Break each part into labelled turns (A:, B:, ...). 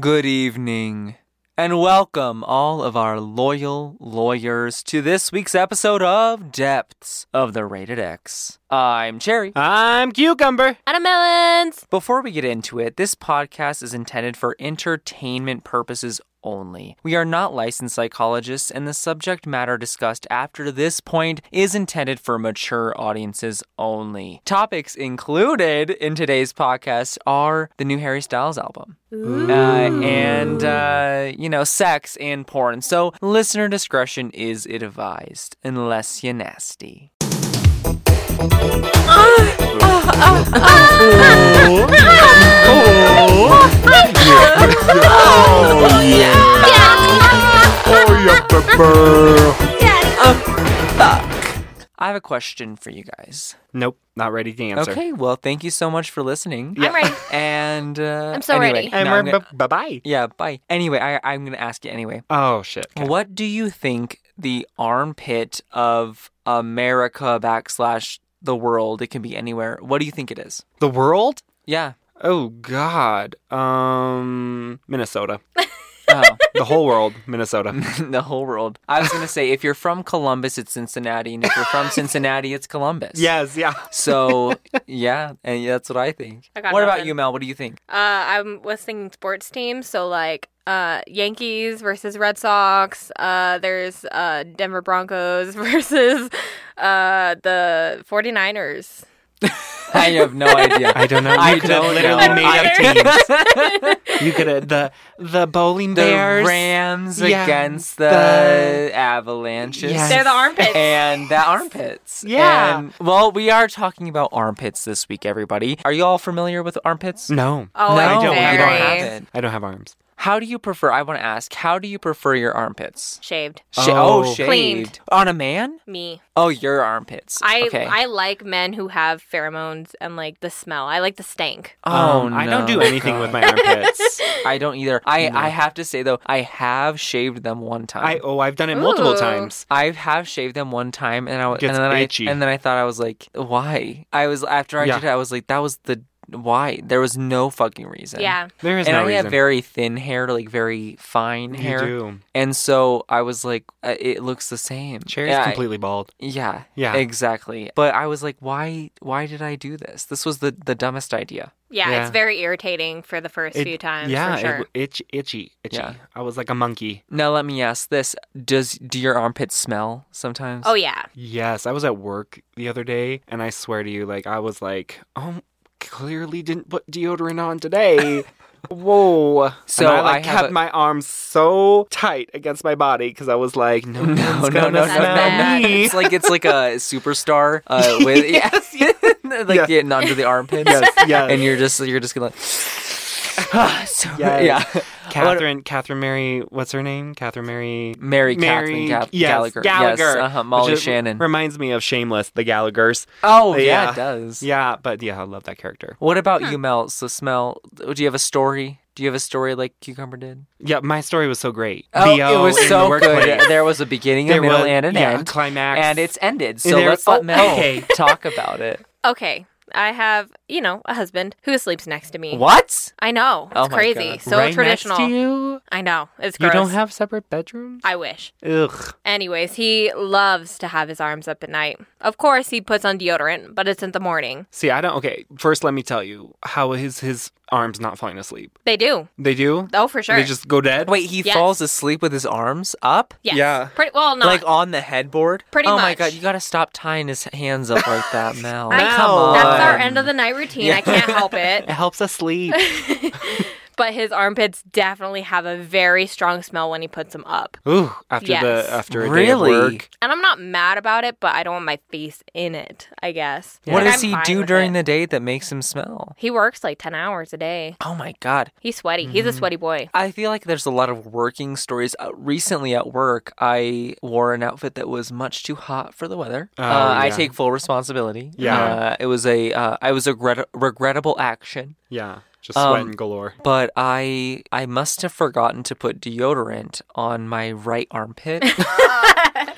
A: Good evening, and welcome all of our loyal lawyers to this week's episode of Depths of the Rated X. I'm Cherry.
B: I'm Cucumber.
C: Watermelons.
A: Before we get into it, this podcast is intended for entertainment purposes only. We are not licensed psychologists, and the subject matter discussed after this point is intended for mature audiences only. Topics included in today's podcast are the new Harry Styles album uh, and uh, you know sex and porn. So listener discretion is advised, unless you're nasty. I have a question for you guys.
B: Nope, not ready to answer.
A: Okay, well, thank you so much for listening.
C: I'm ready.
A: And uh,
C: I'm so
A: anyway,
C: ready.
B: And
A: no,
B: we're
A: I'm gonna-
B: bye bye.
A: yeah, bye. Anyway, I, I'm gonna ask you anyway.
B: Oh shit.
A: What do you think the armpit of America backslash the world? It can be anywhere. What do you think it is?
B: The world?
A: Yeah.
B: Oh god. Um Minnesota.
A: Oh,
B: The whole world, Minnesota.
A: the whole world. I was gonna say if you're from Columbus, it's Cincinnati, and if you're from Cincinnati, it's Columbus.
B: yes, yeah.
A: So yeah, and that's what I think.
C: I got
A: what about
C: nothing.
A: you, Mel? What do you think?
C: Uh, I was thinking sports teams, so like uh, Yankees versus Red Sox. Uh, there's uh, Denver Broncos versus uh, the 49ers.
A: I have no idea.
B: I don't know. You
A: I
B: could
A: don't
B: have literally
A: know.
B: made up
C: I-
B: teams. You could have the the bowling
A: the
B: bears.
A: Rams
B: Yeah,
A: against the,
B: the-
A: Avalanches.
B: Yes.
C: They're the armpits.
A: And the armpits.
B: Yeah.
A: And, well, we are talking about armpits this week, everybody. Are you all familiar with armpits?
B: No.
C: Oh,
A: No,
C: I'm
B: I don't. I
C: very
B: don't
A: have it.
B: I don't have arms.
A: How do you prefer? I want to ask. How do you prefer your armpits?
C: shaved.
A: Sh-
B: Oh.
A: oh, shaved
C: Cleaned.
A: on a man.
C: Me,
A: Oh, your armpits.
C: I
A: okay.
C: I like men who have pheromones and like the smell. I like the stank.
A: oh
B: Um,
A: no.
B: I don't do anything with my armpits.
A: I don't either. I I have to say though, I have shaved them one time.
B: I oh, I've done it multiple
C: Ooh.
B: times.
A: I have shaved them one time, and I w-
B: Gets
A: and then
B: itchy.
A: I and then I thought I was like, why? I was after I
B: Yeah.
A: did it, I was like, that was the why. There was no fucking reason.
C: Yeah.
B: There is
A: and
B: no
A: I
B: reason.
A: have very thin hair, like very fine
B: you
A: hair,
B: do.
A: and so I was like, uh, it looks the same.
B: Cherry's
A: yeah, I-
B: completely bald.
A: Yeah,
B: Yeah.
A: exactly. But I was like, why? Why did I do this? This was the the dumbest idea.
C: yeah,
B: Yeah.
C: It's very irritating for the first
B: It-
C: few times.
B: Yeah,
C: for sure.
B: it, itch, itchy, itchy.
A: Yeah.
B: I was like a monkey.
A: Now let me ask this: Does do your armpits smell sometimes?
C: oh yeah.
B: Yes, I was at work the other day, and I swear to you, like I was like, oh, clearly didn't put deodorant on today. Whoa! And
A: So
B: I, like,
A: I have
B: kept
A: a-
B: my arms so tight against my body because I was like, no,
A: No,
B: no, no,
A: no, no, no,
C: That's
A: no,
C: bad.
A: no. It's like it's like a superstar uh, with yes, like
B: Yes.
A: getting onto the armpits,
B: Yes, yes.
A: and you're just you're just gonna. Ah, so,
B: Yes.
A: Yeah,
B: Catherine, Catherine Mary, what's her name? Catherine Mary.
A: Mary, Catherine
B: Mary
A: Ga-
B: yes,
A: Gallagher, yes,
B: Gallagher,
A: uh-huh, Molly
B: which is-
A: Shannon.
B: reminds me of Shameless, the Gallagher's.
A: oh yeah,
B: Yeah.
A: it does.
B: Yeah, but yeah, I love that character.
A: What about you, Mel? So smell. Do you have a story? Do you have a story like Cucumber did?
B: Yeah, my story was so great.
A: Oh, it
B: BO
A: was
B: in the
A: so
B: workplace.
A: good. There was a beginning, a
B: There
A: middle,
B: was-
A: and an
B: yeah,
A: end.
B: climax.
A: and it's ended. So
B: there-
A: let's let
B: oh,
A: Mel
B: okay.
A: talk about it.
C: Okay. I have, you know, a husband who sleeps next to me.
A: What?
C: I know. It's
A: Oh my
C: crazy.
A: God.
C: So
B: right
C: traditional.
B: Next to you,
C: I know. It's
B: you
C: gross.
B: don't have separate bedrooms.
C: I wish.
B: Ugh.
C: Anyways, he loves to have his arms up at night. Of course, he puts on deodorant, but it's in the morning.
B: See, I don't. Okay, first let me tell you how is his arms not falling asleep.
C: They do.
B: They do.
C: Oh, for sure.
B: They just go dead.
A: Wait, he
C: Yes.
A: falls asleep with his arms up?
C: yes.
B: yeah.
C: Pretty well, not.
A: Like on the headboard?
C: Pretty
A: oh my
C: much.
A: god, you gotta stop tying his hands up like that, Mel.
C: I-
A: Come on.
C: That's our end of the night routine. I can't help it.
B: It helps us sleep.
C: But his armpits definitely have a very strong smell when he puts them up.
B: Ooh, after
C: Yes.
B: the after a
A: Really?
B: day of work.
C: And I'm not mad about it, but I don't want my face in it, I guess.
A: What does
C: Like, I'm
A: he
C: fine
A: do
C: with
A: during
C: it.
A: the day that makes him smell?
C: He works like 10 hours a day.
A: Oh my god.
C: He's sweaty. He's
B: Mm-hmm.
C: a sweaty boy.
A: I feel like there's a lot of working stories. Uh, recently at work, I wore an outfit that was much too hot for the weather.
B: Oh,
A: uh, I
B: yeah.
A: take full responsibility.
B: Yeah.
A: Uh, it was a uh, I was a regret- regrettable action.
B: Yeah, just
A: Um,
B: sweating galore.
A: but I I must have forgotten to put deodorant on my right armpit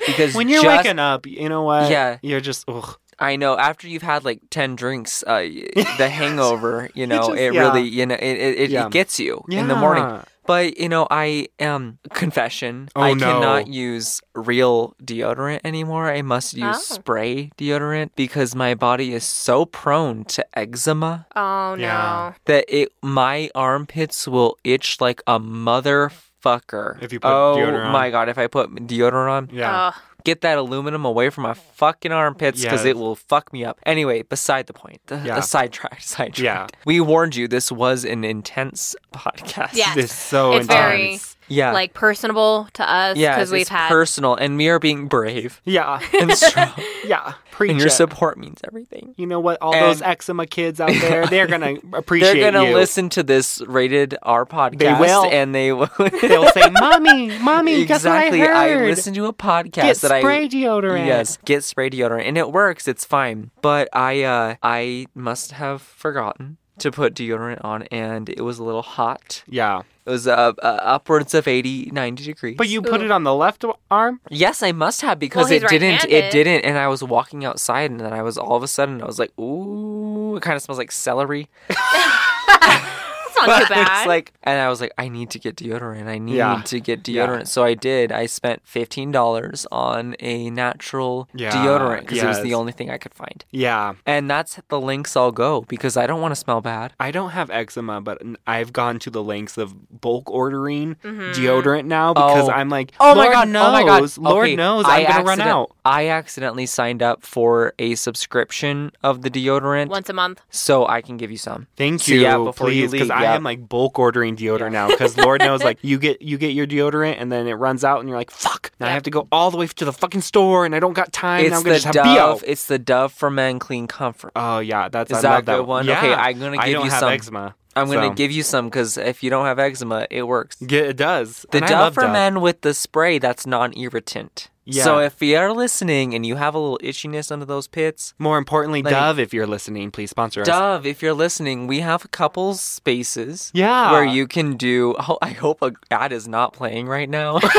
A: because
B: When you're
A: just,
B: waking up, you know what?
A: Yeah.
B: you're just ugh.
A: I know. After you've had like ten drinks, uh, y- the hangover, you know,
B: just-
A: it
B: yeah.
A: really, you know, it it, it,
B: Yeah.
A: it gets you in the morning.
B: Yeah.
A: But you know, I um confession.
B: Oh,
A: I
B: no.
A: cannot use real deodorant anymore. I must use
B: Ah.
C: Oh.
A: spray deodorant because my body is so prone to eczema
C: Oh no.
B: Yeah.
A: that it my armpits will itch like a motherfucker.
B: If you put
A: oh,
B: deodorant on.
A: my god, if I put deodorant on,
B: Yeah.
C: Ugh.
A: get that aluminum away from my fucking armpits because
B: Yes.
A: it will fuck me up. Anyway, beside the point, the,
B: Yeah.
A: the sidetracked, sidetracked.
B: Yeah.
A: We warned you this was an intense podcast.
C: Yes.
B: It's so
C: It's very-
B: intense.
A: Yeah.
C: Like personable to us
A: yeah,
C: because we've
A: it's
C: had
A: personal, and we are being brave
B: Yeah.
A: and strong,
B: Yeah. Preach
A: and your
B: it.
A: support means everything.
B: you know what? All
A: And-
B: those eczema kids out there, they're gonna appreciate
A: They're gonna
B: you.
A: listen to this rated R podcast,
B: will.
A: and they will.
B: They'll say, "Mommy, mommy, guess what
A: exactly.
B: I heard?
A: listened to a podcast
B: Get
A: that I
B: spray deodorant."
A: Yes, get spray deodorant, and it works. It's fine. But I, uh, I must have forgotten to put deodorant on, and it was a little hot.
B: Yeah.
A: It was uh, uh, upwards of 80, 90 degrees.
B: But you put it on the left w- arm.
A: yes, I must have because
C: Well, he's
A: it didn't. It
C: right-handed.
A: didn't, and I was walking outside, and then I was all of a sudden I was like, ooh, it kind of smells like celery.
C: it's not Oh, too bad.
A: it's like, and I was like, I need to get deodorant. I need
B: Yeah.
A: to get
B: Yeah.
A: deodorant. So I did. I spent fifteen dollars on a natural
B: Yeah.
A: deodorant because it was the
B: Yes.
A: only thing I could find.
B: Yeah.
A: And that's the links I'll go because I don't want to smell bad.
B: I don't have eczema, but n- I've gone to the lengths of bulk ordering deodorant now because
A: Mm-hmm. Oh.
B: I'm like,
A: Oh my
B: Lord
A: god,
B: knows,
A: no. Oh my god.
B: Lord
A: Okay,
B: knows, I'm gonna run
A: accident-
B: out.
A: I accidentally signed up for a subscription of the deodorant
C: once a month.
A: so I can give you some.
B: Thank
A: So,
B: you,
A: yeah, before you
B: please, because
A: leave,
B: I
A: yeah.
B: am like bulk ordering deodorant now. Because Lord knows, like you get you get your deodorant and then it runs out, and you're like, fuck. Now I
C: Yeah.
B: have to go all the way to the fucking store, and I don't got time. now
A: It's
B: I'm gonna
A: the
B: just have bio.
A: Dove. It's the Dove for Men Clean Comfort.
B: Oh yeah, that's
A: Is
B: I
A: that
B: love
A: a good one?
B: Yeah.
A: Okay, I'm gonna
B: I
A: give
B: don't
A: you
B: have
A: some.
B: eczema.
A: I'm going to
B: so-
A: give you some because if you don't have eczema, it works.
B: Yeah, it does.
A: The
B: and I
A: Dove
B: love
A: for Men with the spray that's non-irritant. So
B: Yeah.
A: if you're listening and you have a little itchiness under those pits,
B: More importantly,
A: Like-
B: Dove, if you're listening, please sponsor us.
A: Dove, if you're listening, we have a couple spaces.
B: Yeah.
A: Where you can do. Oh, I hope a ad is not playing right now. 'Cause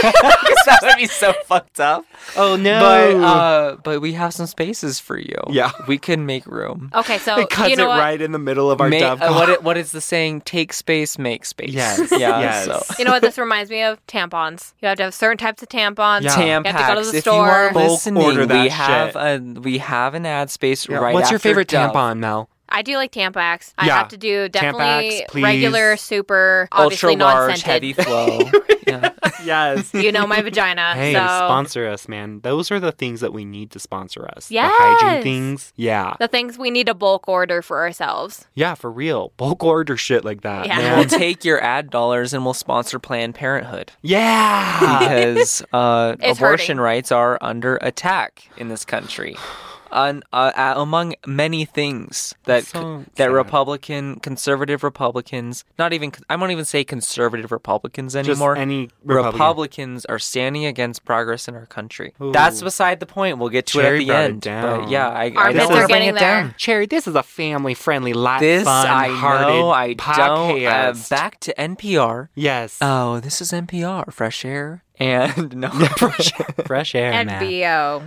A: that would be so fucked up.
B: Oh no.
A: But uh, but we have some spaces for you.
B: Yeah.
A: We can make room.
C: Okay, so
B: it cuts
C: you know
B: it
C: what?
B: right in the middle of our
A: Ma-
B: Dove.
A: uh, what,
B: call.
A: it, what is the saying? Take space, make space.
B: Yes,
A: Yeah.
B: yes.
A: So.
C: You know what this reminds me of? Tampons. You have to have certain types of tampons.
B: Yeah.
C: You have to go to
A: Tampax.
C: the
A: If you are
C: store.
B: Bulk
A: listening,
B: order
A: we
B: that
A: have
B: shit.
A: a we have an ad space
B: Yeah,
A: right.
B: What's your
A: after
B: favorite
A: Dove.
B: tampon, Mel?
C: I do like Tampax. I
B: Yeah.
C: have to do definitely
B: Tampax, please.
C: regular, super,
A: Ultra
C: obviously
A: large,
C: non-scented.
A: heavy flow. yeah.
B: Yes.
C: You know my vagina.
B: Hey,
C: so
B: sponsor us, man. Those are the things that we need to sponsor us. Yeah, The
C: Yes.
B: hygiene things. Yeah.
C: the things we need to bulk order for ourselves.
B: Yeah, for real. Bulk order shit like that.
C: Yeah.
A: And we'll
B: Man.
A: take your ad dollars and we'll sponsor Planned Parenthood
B: yeah.
A: because uh,
C: It's
A: abortion
C: hurting.
A: rights are under attack in this country. On, uh, uh, among many things that
B: That's so
A: that
B: sad.
A: Republican conservative Republicans, not even I won't even say conservative Republicans
B: Just
A: anymore.
B: any Republican.
A: Republicans are standing against progress in our country. That's
B: Ooh.
A: beside the point. We'll get to
B: Cherry
A: it at the
B: brought it
A: end. But
B: down.
A: yeah, I,
C: Our
A: I don't
C: bits are
A: want to bring
C: getting
A: it
C: there.
A: down.
B: Cherry, this is a family friendly, light,
A: This
B: fun,
A: I
B: hearted
A: know. I don't. Uh,
B: podcast.
A: back to NPR.
B: yes.
A: Oh, this is NPR, fresh air, and no fresh air.
B: Fresh air, man.
C: NBO.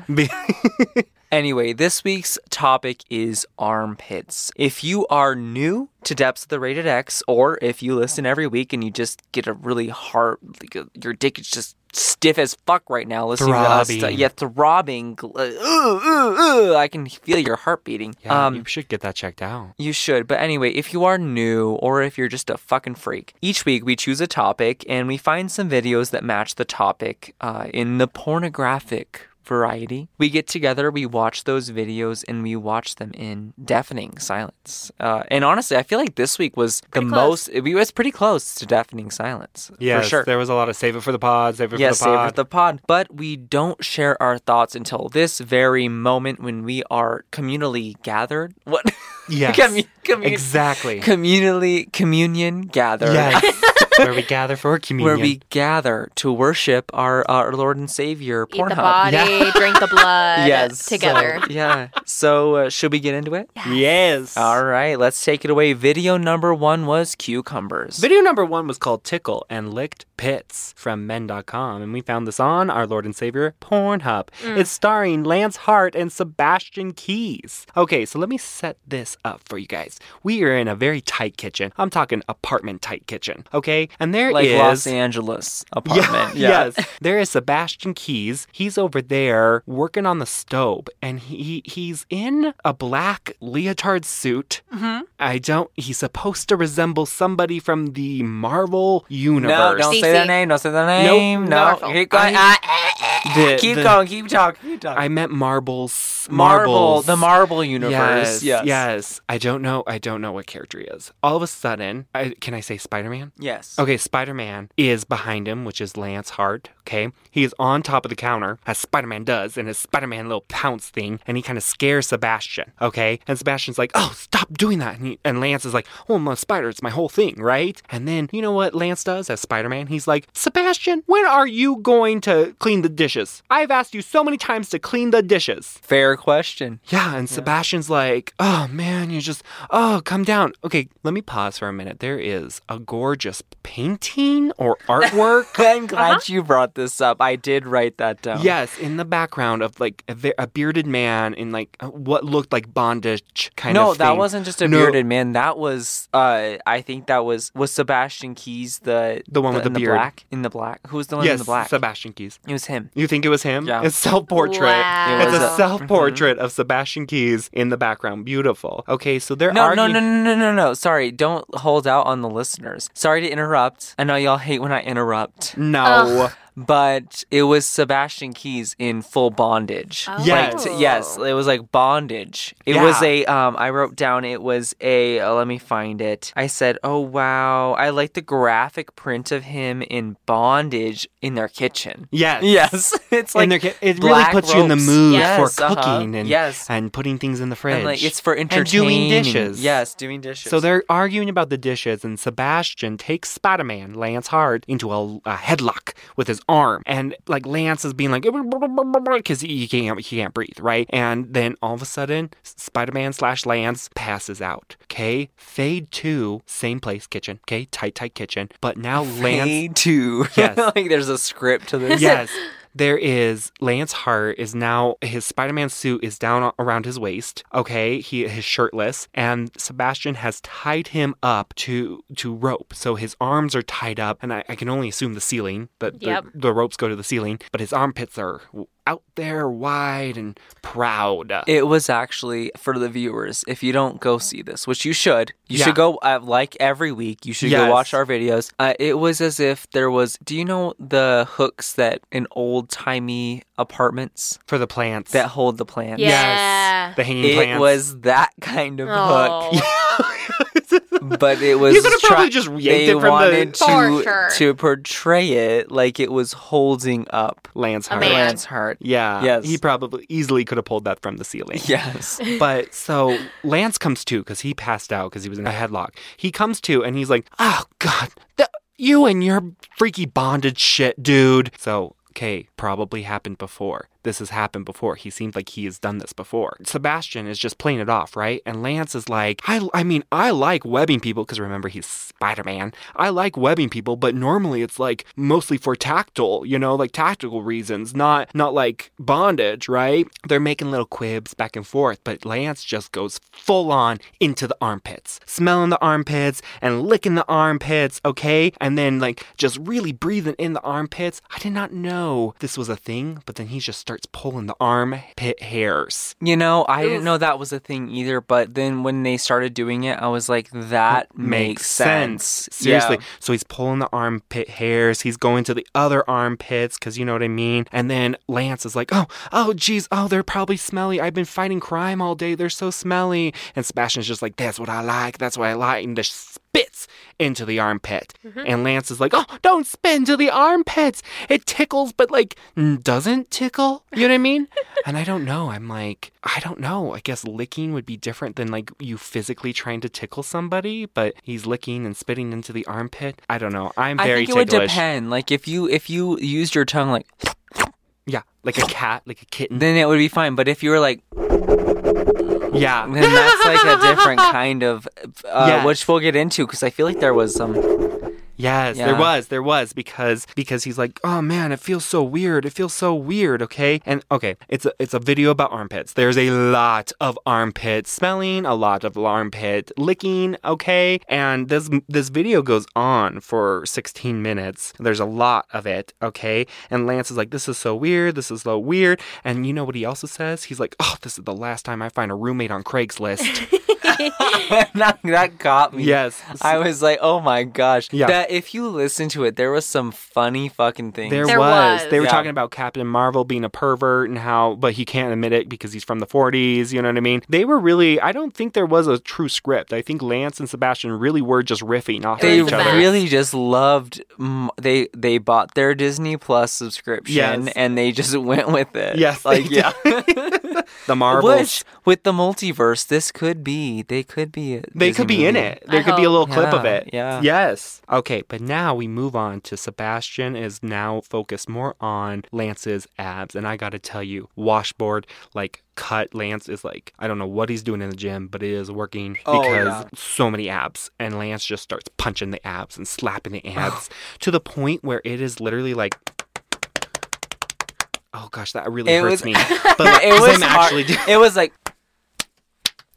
A: Anyway, this week's topic is armpits. If you are new to Depths of the Rated X, or if you listen every week and you just get a really hard, like, uh, your dick is just stiff as fuck right now listening to us. uh,
B: Throbbing.
A: Yeah, throbbing. gl- uh, Ooh, ooh, ooh, I can feel your heart beating.
B: yeah,
A: um,
B: you should get that checked out.
A: you should. But anyway, if you are new or if you're just a fucking freak, each week we choose a topic and we find some videos that match the topic uh, in the pornographic variety. We get together, we watch those videos, and we watch them in deafening silence. Uh, and honestly, I feel like this week was the
C: close.
A: most, it was pretty close to deafening silence.
B: Yes,
A: for sure.
B: there was a lot of save it for the pod, save it
A: Yes,
B: for the
A: save
B: pod.
A: it the pod. But we don't share our thoughts until this very moment when we are communally gathered. What?
B: yes.
A: Commu- commu-
B: exactly.
A: communally communion gathered.
B: Yes. where we gather for communion.
A: where we gather to worship our, our Lord and Savior,
C: Eat the
A: Pornhub.
C: body, drink the blood
A: Yes.
C: together.
A: So, yeah. So, uh, should we get into it?
B: yes.
A: All right, let's take it away. Video number one was cucumbers.
B: Video number one was called Tickle and Licked Pits from men.com, and we found this on our Lord and Savior Pornhub.
A: Mm.
B: It's starring Lance Hart and Sebastian Keys. Okay, so let me set this up for you guys. We are in a very tight kitchen. I'm talking apartment tight kitchen, okay? And there is
A: like Los Angeles apartment.
B: yeah, Yes. There is Sebastian Keys. He's over there working on the stove and he he's in a black leotard suit. Mm-hmm. I don't he's supposed to resemble somebody from the Marvel universe.
A: No, don't say that
C: CC.
A: name. Don't say that
B: Nope.
A: name. no,
C: Marvel.
A: keep going.
B: I-
A: Ah,
B: the-
A: keep
B: the-
A: going. Keep talking. Keep talking.
B: I meant marbles.
A: Marvel,
B: Marbles.
A: the Marvel universe.
B: Yes, yes. I don't know. I don't know what character he is. All of a sudden, I, can I say Spider Man?
A: Yes.
B: Okay, Spider Man is behind him, which is Lance Hart. Okay, he is on top of the counter, as Spider Man does, and his Spider Man little pounce thing, and he kind of scares Sebastian. Okay, and Sebastian's like, "Oh, stop doing that!" And, he, and Lance is like, "Oh, I'm a spider. It's my whole thing, right?" And then you know what Lance does as Spider Man? He's like, "Sebastian, when are you going to clean the dishes? I've asked you so many times to clean the dishes."
A: Fair question.
B: Yeah, and Sebastian's like, oh man, you just, oh, come down. Okay, let me pause for a minute. There is a gorgeous painting or artwork.
A: I'm glad
C: Uh-huh.
A: you brought this up. I did write that down.
B: yes, in the background of like a, ve- a bearded man in like uh, what looked like bondage kind
A: No,
B: of
A: that
B: thing.
A: wasn't just a
B: No.
A: bearded man. That was, uh, I think that was was Sebastian Keys, the
B: The one with
A: in
B: the beard.
A: black in the black. Who was the one
B: yes,
A: in the black?
B: Sebastian Keys.
A: it was him.
B: You think it was him?
A: Yeah.
B: It's self portrait.
C: Wow.
A: It
B: It's
A: was
B: a
A: a- Mm-hmm.
B: self portrait of Sebastian Keys in the background. Beautiful. Okay, so there
A: No,
B: are
A: no, no, no, no, no, no. Sorry, don't hold out on the listeners. Sorry to interrupt. I know y'all hate when I interrupt,
B: No.
A: but it was Sebastian Keys in full bondage.
C: Oh.
A: Like,
B: Yes.
A: t- yes, it was like bondage. It was
B: Yeah.
A: a. Um, I wrote down. It was a. Uh, let me find it. I said, "Oh wow, I like the graphic print of him in bondage in their kitchen."
B: Yes.
A: Yes, it's like
B: and there ca- it really
A: black
B: puts you in the
A: ropes.
B: mood
A: Yes,
B: for
A: uh-huh.
B: cooking and
A: Yes.
B: and putting things in the fridge.
A: And like it's for
B: And
A: entertaining.
B: doing dishes.
A: Yes, doing dishes.
B: So they're arguing about the dishes, and Sebastian takes Spider Man, Lance Hart, into a, a headlock with his arm. And like Lance is being like, because he can't, he can't breathe, right? And then all of a sudden, Spider Man slash Lance passes out. Okay. Fade to same place, kitchen. Okay. Tight, tight kitchen. But now Lance.
A: They too.
B: Yes.
A: like there's a script to this.
B: yes. There is Lance Hart is now his Spider-Man suit is down a- around his waist. Okay, he is shirtless, and Sebastian has tied him up to to rope, so his arms are tied up, and I, I can only assume the ceiling that the,
C: Yep.
B: the ropes go to the ceiling, but his armpits are w- out there wide and proud.
A: It was actually for the viewers. If you don't go see this, which you should, you
B: Yeah.
A: should go uh, like every week. You should go
B: Yes.
A: watch our videos. Uh, it was as if there was. Do you know the hooks that in old timey apartments
B: for the plants,
A: that hold the plants?
C: Yeah.
B: yes, the hanging
A: It
B: plants.
A: was that kind of
C: Oh.
A: hook, but it was.
B: you could have
A: try-
B: probably just yanked
A: they
B: it from
A: wanted
B: the
A: to
C: For sure.
A: to portray it like it was holding up
B: Lance
C: A
B: Hart.
C: man.
A: Lance Hart.
B: Yeah,
A: Yes.
B: he probably easily could have pulled that from the ceiling.
A: Yes.
B: But so Lance comes to because he passed out because he was in a headlock. He comes to and he's like, "Oh God, th- you and your freaky bondage shit, dude." So okay, probably happened before. This has happened before. He seems like he has done this before. Sebastian is just playing it off, right? And Lance is like, "I, I mean, I like webbing people because remember he's Spider Man. I like webbing people, but normally it's like mostly for tactile, you know, like tactical reasons, not not like bondage, right? They're making little quibs back and forth, but Lance just goes full on into the armpits, smelling the armpits and licking the armpits, okay? And then like just really breathing in the armpits. I did not know this was a thing, but then he just starts pulling the armpit hairs.
A: You know, I didn't
C: Oof.
A: know that was a thing either, but then when they started doing it, I was like, that makes sense.
B: Seriously.
A: Yeah.
B: So he's pulling the armpit hairs. He's going to the other armpits because you know what I mean. And then Lance is like, oh, oh, geez, oh, they're probably smelly. I've been fighting crime all day. They're so smelly. And Sebastian's just like, that's what I like. That's what I like. And the s- spits into the armpit. And Lance is like, oh, don't spit into the armpits. It tickles, but like n- doesn't tickle. You know what I mean? and I don't know. I'm like, I don't know. I guess licking would be different than like you physically trying to tickle somebody, but he's licking and spitting into the armpit. I don't know. I'm
A: I
B: very
A: think it would
B: ticklish.
A: depend. Like if you if you used your tongue like
B: Yeah, like a cat, like a kitten.
A: then it would be fine. But if you were like
B: Yeah.
A: then that's like a different kind of uh,
B: Yes.
A: which we'll get into because I feel like there was some
B: Yes, there
A: Yeah.
B: was, there was because because he's like, oh man, it feels so weird. It feels so weird. Okay, and okay, it's a it's a video about armpits. There's a lot of armpit smelling, a lot of armpit licking. Okay, and this this video goes on for 16 minutes. There's a lot of it. Okay, and Lance is like, this is so weird. This is so weird. And you know what he also says? He's like, oh, this is the last time I find a roommate on Craigslist.
A: that, that got me.
B: yes,
A: I was like, oh my gosh.
B: Yeah.
A: That if you listen to it, there was some funny fucking things.
B: There,
C: There
B: was.
C: was.
B: They were
A: Yeah.
B: talking about Captain Marvel being a pervert and how, but he can't admit it because he's from the 40s. You know what I mean? They were really. I don't think there was a true script. I think Lance and Sebastian really were just riffing off
A: they
B: of each
C: the
B: other.
C: best.
A: really just loved mm, they they bought their Disney Plus subscription
B: Yes.
A: and they just went with it.
B: Yes, they
A: like yeah.
B: The Marvels.
A: Which with the multiverse, this could be. They could be. a
B: They could
A: Disney
B: be in
A: movie.
B: it. There
C: I
B: could be a little clip of
A: Yeah,
B: it.
A: yeah.
B: Yes. Okay, but now we move on to Sebastian is now focused more on Lance's abs. And I got to tell you, washboard, like cut Lance is like, I don't know what he's doing in the gym, but it is working
A: Oh,
B: because
A: yeah.
B: so many abs. And Lance just starts punching the abs and slapping the abs to the point where it is literally like, oh gosh, that really
A: It
B: hurts
A: was-
B: me. But like,
A: It was
B: him actually,
A: hard. It was like
B: do-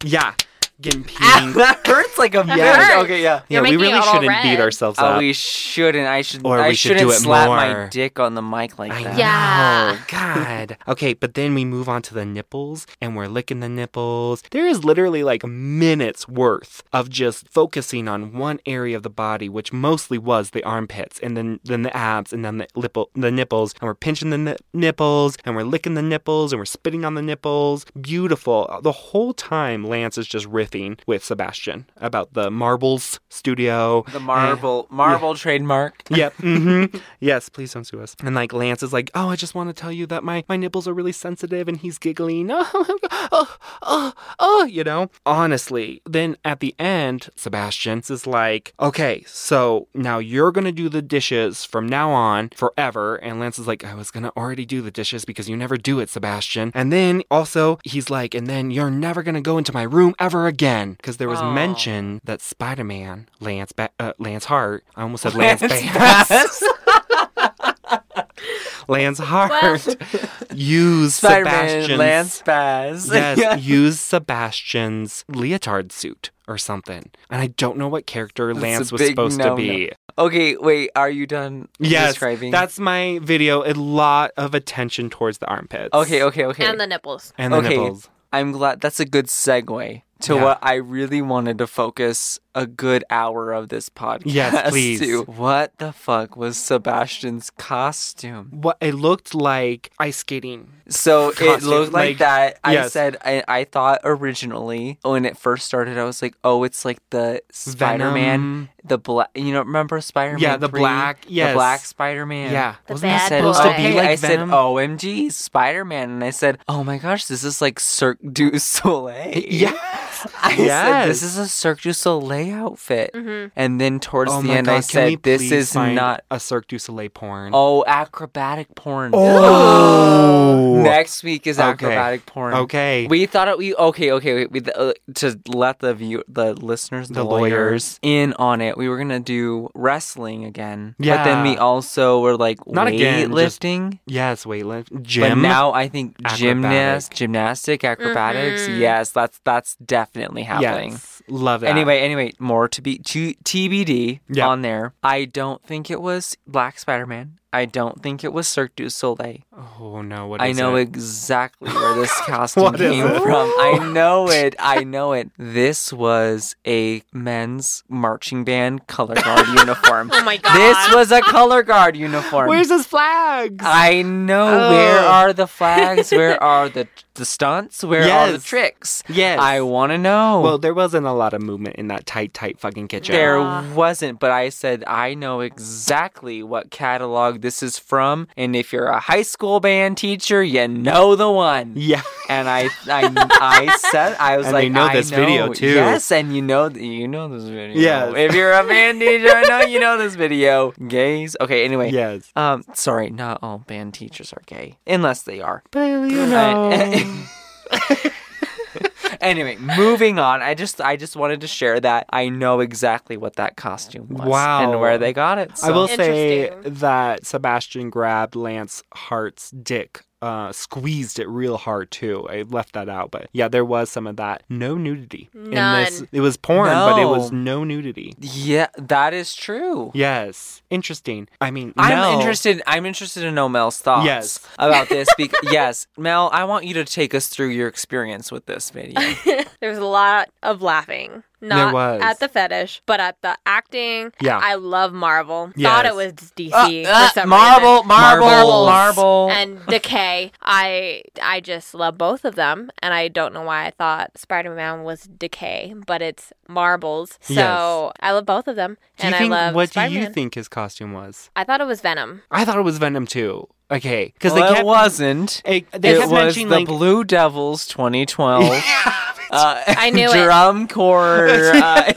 B: yeah, getting peeing.
A: that hurts like a
C: hurts.
A: bitch. Okay, yeah.
B: Yeah,
C: You're
B: we
C: making
B: really
C: it all
B: shouldn't beat
C: red.
B: ourselves
A: Oh,
B: up.
A: we shouldn't. I should.
B: Or
A: I
B: we should do
A: shouldn't
B: it
A: slap my
B: more.
A: dick on the mic like
B: I
A: that.
C: Yeah.
B: know, God. okay, but then we move on to the nipples and we're licking the nipples. There is literally like minutes worth of just focusing on one area of the body, which mostly was the armpits and then then the abs and then the lipple, the nipples. And we're pinching the ni- nipples and we're licking the nipples and we're spitting on the nipples. Beautiful. The whole time Lance is just riffing with Sebastian about the Marbles studio.
A: The marble, marble trademark.
B: Yep. hmm Yes, please don't sue us. And like Lance is like, oh, I just want to tell you that my, my nipples are really sensitive, and he's giggling. Oh, oh, oh, oh, you know? Honestly, then at the end, Sebastian is like, okay, so now you're going to do the dishes from now on forever. And Lance is like, I was going to already do the dishes because you never do it, Sebastian. And then also, he's like, and then you're never going to go into my room ever again. Because there was
A: Aw.
B: mention that Spider Man, Lance, ba- uh, Lance Hart, I almost said Lance Bass.
A: Bass.
B: Lance Hart use
A: Spider-Man,
B: Sebastian's
A: Lance Bass.
B: yes, use Sebastian's leotard suit or something. And I don't know what character
A: That's
B: Lance
A: a
B: was
A: big
B: supposed
A: no-no.
B: to be.
A: Okay, wait. Are you done
B: Yes,
A: describing?
B: that's my video. A lot of attention towards the armpits.
A: okay. Okay. Okay.
C: And the nipples.
B: and the
A: okay.
B: nipples.
A: I'm glad that's a good segue to
B: Yeah.
A: what I really wanted to focus a good hour of this podcast
B: Yes, please.
A: to. What the fuck was Sebastian's costume?
B: What it looked like ice skating.
A: So it
B: Costume,
A: looked like,
B: like,
A: that. I
B: yes.
A: said I, I thought originally when it first started, I was like, oh, it's like the Spider Man,
B: Venom.
A: the black. You know, remember Spider Man?
B: Yeah, the black-
A: the
B: yes.
A: black Spider Man.
B: Yeah. oh,
C: The
A: I
C: bad
A: said,
C: boy.
A: supposed to
C: Okay,
A: be,
B: like
A: I said,
B: Venom?
A: OMG, Spider Man. And I said, oh my gosh, this is like Cirque du Soleil.
B: Yes.
A: I said, this
B: Yes.
A: is a Cirque du Soleil outfit.
C: Mm-hmm.
A: And then towards
B: Oh
A: the
B: my
A: end,
B: God,
A: I
B: can we
A: said, this
B: please
A: is
B: find
A: not.
B: a Cirque du Soleil porn.
A: Oh, acrobatic porn.
B: Oh.
A: Next week is
B: Okay.
A: acrobatic porn.
B: Okay.
A: We thought it. We okay, okay. We, we uh, to let the view, the listeners, the,
B: The
A: lawyers, in on it. We were gonna do wrestling again. But then
B: Yeah.
A: we also were like
B: Not again, just
A: weightlifting.
B: yes, Waylon.
A: But
B: Jim.
A: now I think gymnast,
B: Acrobatic.
A: gymnastic, acrobatics. Yes, that's that's definitely happening.
B: yes. Love that.
A: Anyway, anyway, more to be to TBD
B: Yeah.
A: on there. I don't think it was Black Spider Man. I don't think it was Cirque du Soleil.
B: Oh no! What
A: I
B: is
A: know
B: it?
A: exactly where this costume
B: What is
A: came
B: it?
A: from. I know it. I know it. This was a men's marching band color guard uniform.
C: Oh my god.
A: This was a color guard uniform.
B: Where's his flags?
A: I know. Where
B: Oh.
A: are the flags? Where are the the stunts? Where are the
B: Yes.
A: tricks?
B: yes.
A: I want to know.
B: well, there wasn't a lot of movement in that tight, tight fucking kitchen.
A: There
C: Ah.
A: wasn't, but I said I know exactly what catalog this is from, and if you're a high school band teacher, you know the one.
B: Yeah.
A: And I, I, I said, I was
B: And
A: like,
B: they know
A: I
B: this video,
A: know.
B: too.
A: Yes, and you know, you know this video.
B: Yes.
A: If you're a band teacher, I know you know this video. Gays. Okay. Anyway.
B: Yes.
A: Um. Sorry, not all band teachers are gay, unless they are.
B: Well, you
A: know. Anyway, moving on. I just, I just wanted to share that I know exactly what that costume was
B: Wow.
A: and where they got it. So.
B: I will say
C: Interesting.
B: that Sebastian grabbed Lance Hart's dick, uh, squeezed it real hard too. I left that out, but yeah, there was some of that. No nudity in this.
C: None.
B: It was porn, but it was
A: No.
B: no nudity.
A: Yeah, that is true.
B: Yes, interesting. I mean, Mel-
A: I'm interested. I'm interested to know Mel's thoughts
B: Yes.
A: about this. Because yes, Mel, I want you to take us through your experience with this video.
C: there was a lot of laughing. Not
B: was.
C: at the fetish, but at the acting.
B: Yeah.
C: I love Marvel.
B: Yes.
C: Thought it was DC
A: Uh, uh,
C: for some
A: marble,
C: reason.
A: marble, marble,
B: Marbles.
C: and Decay. I I just love both of them, and I don't know why I thought Spider Man was Decay, but it's Marbles. So
B: Yes.
C: I love both of them,
B: do you
C: and
B: think,
C: I love
B: what
C: Spider
B: do you
C: Man.
B: think his costume was?
C: I thought it was Venom.
B: I thought it was Venom too. Okay, because
A: well,
B: they kept
A: it wasn't.
B: eh, they
A: it
B: kept
A: was the
B: mentioning like
A: Blue Devils 2012. uh,
C: I knew it.
A: drum corps.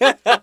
A: Uh,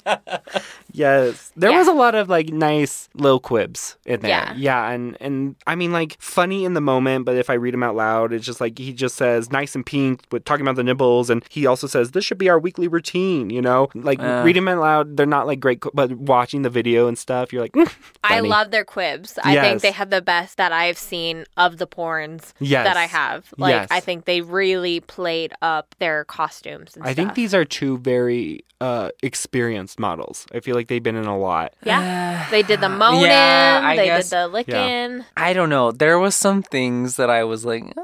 B: Yes. There
C: Yeah.
B: was a lot of like nice little quibs in there.
C: Yeah.
B: Yeah. and and I mean like funny in the moment, but if I read them out loud, it's just like he just says nice and pink with talking about the nibbles and he also says this should be our weekly routine, you know? Like
A: Uh.
B: read them out loud, they're not like great qu- but watching the video and stuff, you're like "Mm,
C: I
B: funny."
C: love their quibs. I think
B: Yes.
C: they have the best that I've seen of the porns
B: Yes.
C: that I have. Like
B: Yes.
C: I think they really played up their costumes. And
B: I think
C: stuff.
B: these are two very uh experienced models. I feel like they've been in a lot.
C: yeah. They did the moaning.
A: Uh, I
C: they
A: guess-
C: did the licking.
A: I don't know. There was some things that I was like, uh,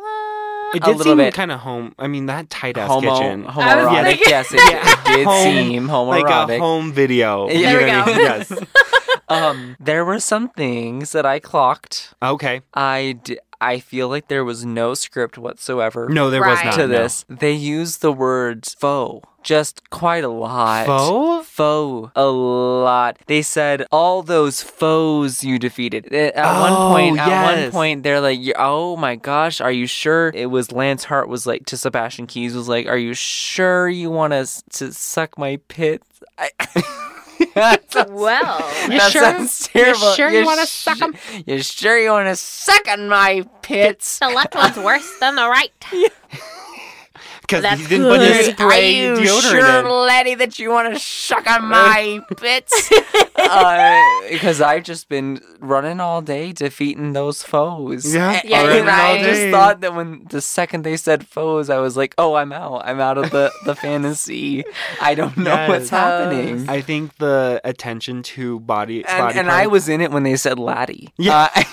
B: It
A: a
B: did
A: little
B: seem
A: bit
B: kind of home. I mean that tight ass
A: homo,
B: kitchen.
A: homoerotic.
C: thinking-
A: Yes, it did
B: Home-
A: seem homoerotic.
B: Like a home video.
A: There
B: You
C: we
B: know what I
C: go.
B: mean? Yes.
A: um, there were some things that I clocked.
B: Okay.
A: I d- I feel like there was no script whatsoever
B: No, there
C: Right.
B: was not.
A: to
B: no.
A: this. They used the words faux just quite a lot.
B: Faux?
A: Faux a lot. They said all those foes you defeated. Eh, At one
B: Oh,
A: point, at one
B: yes.
A: point, they're like, "You- "Oh my gosh, are you sure?" It was Lance Hart was like to Sebastian Keys was like, "Are you sure you want us to suck my pits?" I-
C: Well,
B: You
A: that
B: sure?
A: sounds terrible.
B: sure you wanna suck 'em?
A: You sure you want to suck on my pits?
C: the left one's worse than the right.
B: Because
C: That's
B: he didn't put his
C: good.
A: Are
B: spray
A: you
B: deodorant
A: sure,
B: in.
A: Letty, that you want to suck on my bits? Uh, Because I've just been running all day defeating those foes.
B: Yeah,
A: A-
C: Yeah,
A: and,
C: you're
A: I
C: right.
A: just
B: All
A: thought that when the second they said foes, I was like, oh, I'm out. I'm out of the, the fantasy. I don't know
B: Yes.
A: what's
B: Foes.
A: happening.
B: I think the attention to body
A: Uh, and
B: body
A: and I
B: parts-
A: was in it when they said Laddie.
B: Yeah.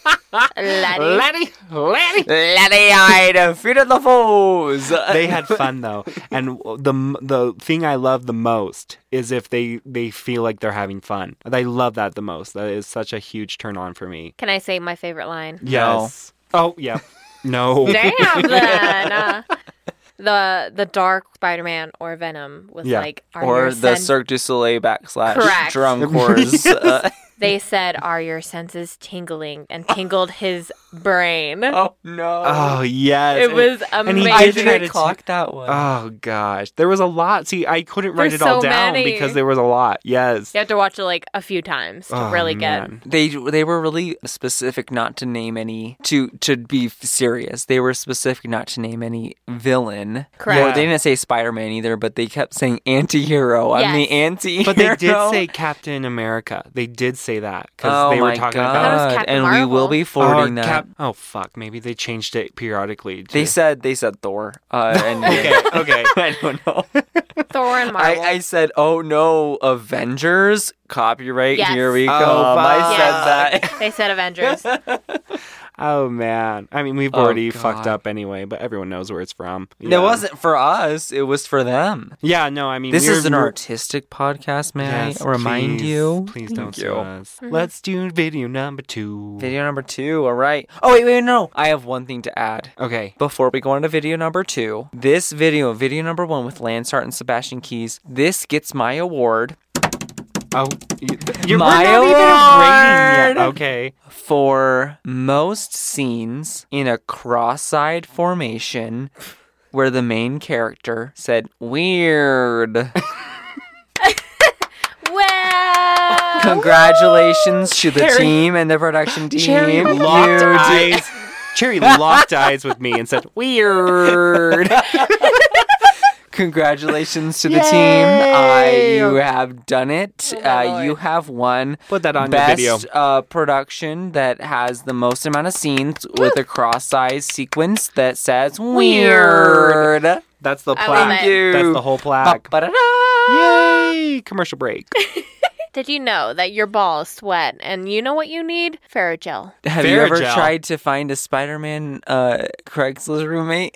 A: Uh,
C: Laddie.
B: Letty, Letty.
A: Laddie, I defeated the foes.
C: Uh,
B: They had fun though, and the the thing I love the most is if they they feel like they're having fun. I love that the most. That is such a huge turn on for me.
C: Can I say my favorite line?
B: Yes. Oh yeah. No.
C: Damn, then. uh, the the dark Spider Man or Venom was
B: Yeah.
C: like, are
A: or
C: your
A: the
C: sen-
A: Cirque du Soleil backslash
C: Correct.
A: drum corps. Uh,
C: They said, are your senses tingling? And tingled his brain.
A: oh no!
B: Oh yes.
C: it was
B: and he
C: amazing.
B: did
A: I
B: try
A: didn't
B: to
A: clock that one.
B: Oh gosh, there was a lot. See, I couldn't write
C: There's
B: it all
C: so
B: down
C: many.
B: because there was a lot. Yes.
C: You have to watch it like a few times to
B: Oh,
C: really get.
B: man.
A: they they were really specific not to name any to to be f- serious. They were specific not to name any villain.
C: Correct.
A: Well, they didn't say Spider Man either, but they kept saying anti-hero. I'm
C: Yes.
A: the anti.
B: But they did say Captain America. They did say that because
A: Oh
B: they were
A: my
B: talking
A: god!
C: That was
B: about
C: Captain
A: and we will
C: Marvel.
A: be
B: Or
A: forwarding that.
B: Cap- oh fuck, maybe they changed it periodically.
A: they
B: to-
A: said they said Thor. Uh, and
B: okay, okay.
A: I don't know.
C: Thor
A: I,
C: and Marvel.
A: I said, oh no, Avengers? Copyright,
C: Yes.
A: here we go.
B: Oh,
A: I said
C: Yes.
A: that.
C: they said Avengers.
B: Oh man. I mean, we've
A: Oh,
B: already
A: God.
B: fucked up anyway, but everyone knows where it's from. Yeah.
A: It wasn't for us, it was for them.
B: Yeah, no, I mean
A: This
B: we're-
A: is an
B: we're-
A: artistic podcast, may
B: Yes,
A: I remind
B: please,
A: you?
B: Please
A: Thank
B: don't
A: you.
B: sue us. Let's do video number two.
A: Video number two, all right. Oh, wait, wait, no. I have one thing to add.
B: Okay.
A: Before we go on to video number two, this video, video number one with Lance Hart and Sebastian Keys, this gets my award
B: Oh, you, you're
A: My
B: we're not even rating yet.
A: award!
B: Okay.
A: for most scenes in a cross-eyed formation where the main character said weird.
C: well,
A: Congratulations to the
B: Cherry-
A: team and the production team.
B: Cherry
A: You
B: locked
A: did-
B: eyes. Cherry locked eyes with me and said,
A: weird. Congratulations to the
B: Yay.
A: team. Uh, you have done it.
C: Oh, my
A: uh, you
C: lord.
A: have won.
B: "Put that on
A: best
B: your video."
A: Uh, production that has the most amount of scenes with a cross-eyed sequence that says weird.
B: Weird. That's the
C: I love
B: plaque. Oh.
C: it.
A: you.
B: That's the whole plaque.
A: Ba-ba-da-da.
B: Yay! Commercial break.
C: did you know that your balls sweat, and you know what you need? Ferrogel.
A: Have you ever
B: Faragel.
A: tried to find a Spider-Man uh, Craigslist roommate?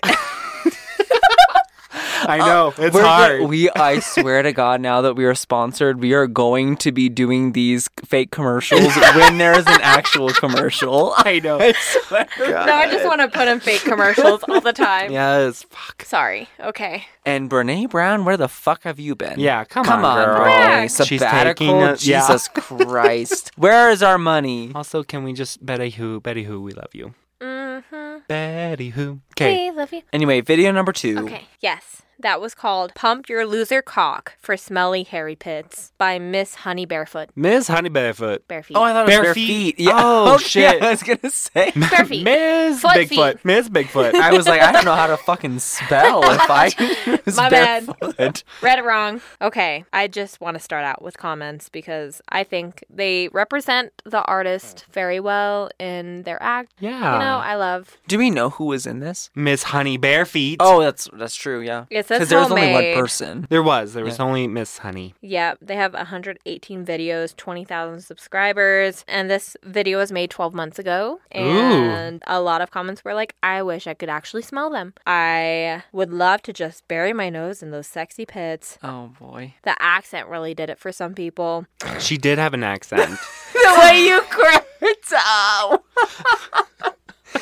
B: I know it's
A: We're go-
B: hard.
A: we, I swear to God, now that we are sponsored, we are going to be doing these fake commercials when there is an actual commercial.
B: I know.
C: No, I just want to put in fake commercials all the time.
B: yes. Fuck.
C: Sorry. Okay.
A: And Brene Brown, where the fuck have you been?
B: Yeah. Come,
A: Come on,
B: girl.
A: Brene.
B: She's
A: Sabbatical.
B: taking a- yeah.
A: Jesus Christ. Where is our money?
B: Also, can we just Betty Who? Betty Who? We love you.
C: Mm-hmm.
B: Betty Who? Okay.
C: We love you.
A: Anyway, video number two.
C: Okay. Yes. That was called Pump Your Loser Cock for Smelly Hairy Pits by Miss Honey Barefoot.
B: Miss Honey Barefoot.
C: Barefoot.
A: Oh, I thought it was
B: Bare
A: bare,
B: feet.
A: feet. Yeah.
B: Oh,
A: Okay,
B: shit.
A: I was gonna say.
C: Barefoot.
B: Miss
C: Foot
B: Bigfoot.
C: feet.
B: Miss Bigfoot.
A: I was like, I don't know how to fucking spell if I use
C: My bad.
A: barefoot.
C: Read it wrong. Okay, I just want to start out with comments because I think they represent the artist very well in their act.
B: yeah.
C: You know, I love
A: Do we know who was in this?
B: Miss Honey Barefeet.
A: Oh, that's that's true. Yeah,
C: It says
A: there was only one
C: homemade.
A: person.
B: There was. There was only Miss Honey.
C: Yeah, they have 118 videos, 20,000 subscribers, and this video was made 12 months ago. And a lot of comments were like, I wish I could actually smell them. I would love to just bury my nose in those sexy pits.
A: Oh boy,
C: The accent really did it for some people.
B: She did have an accent.
C: the way you Oh. cracked up.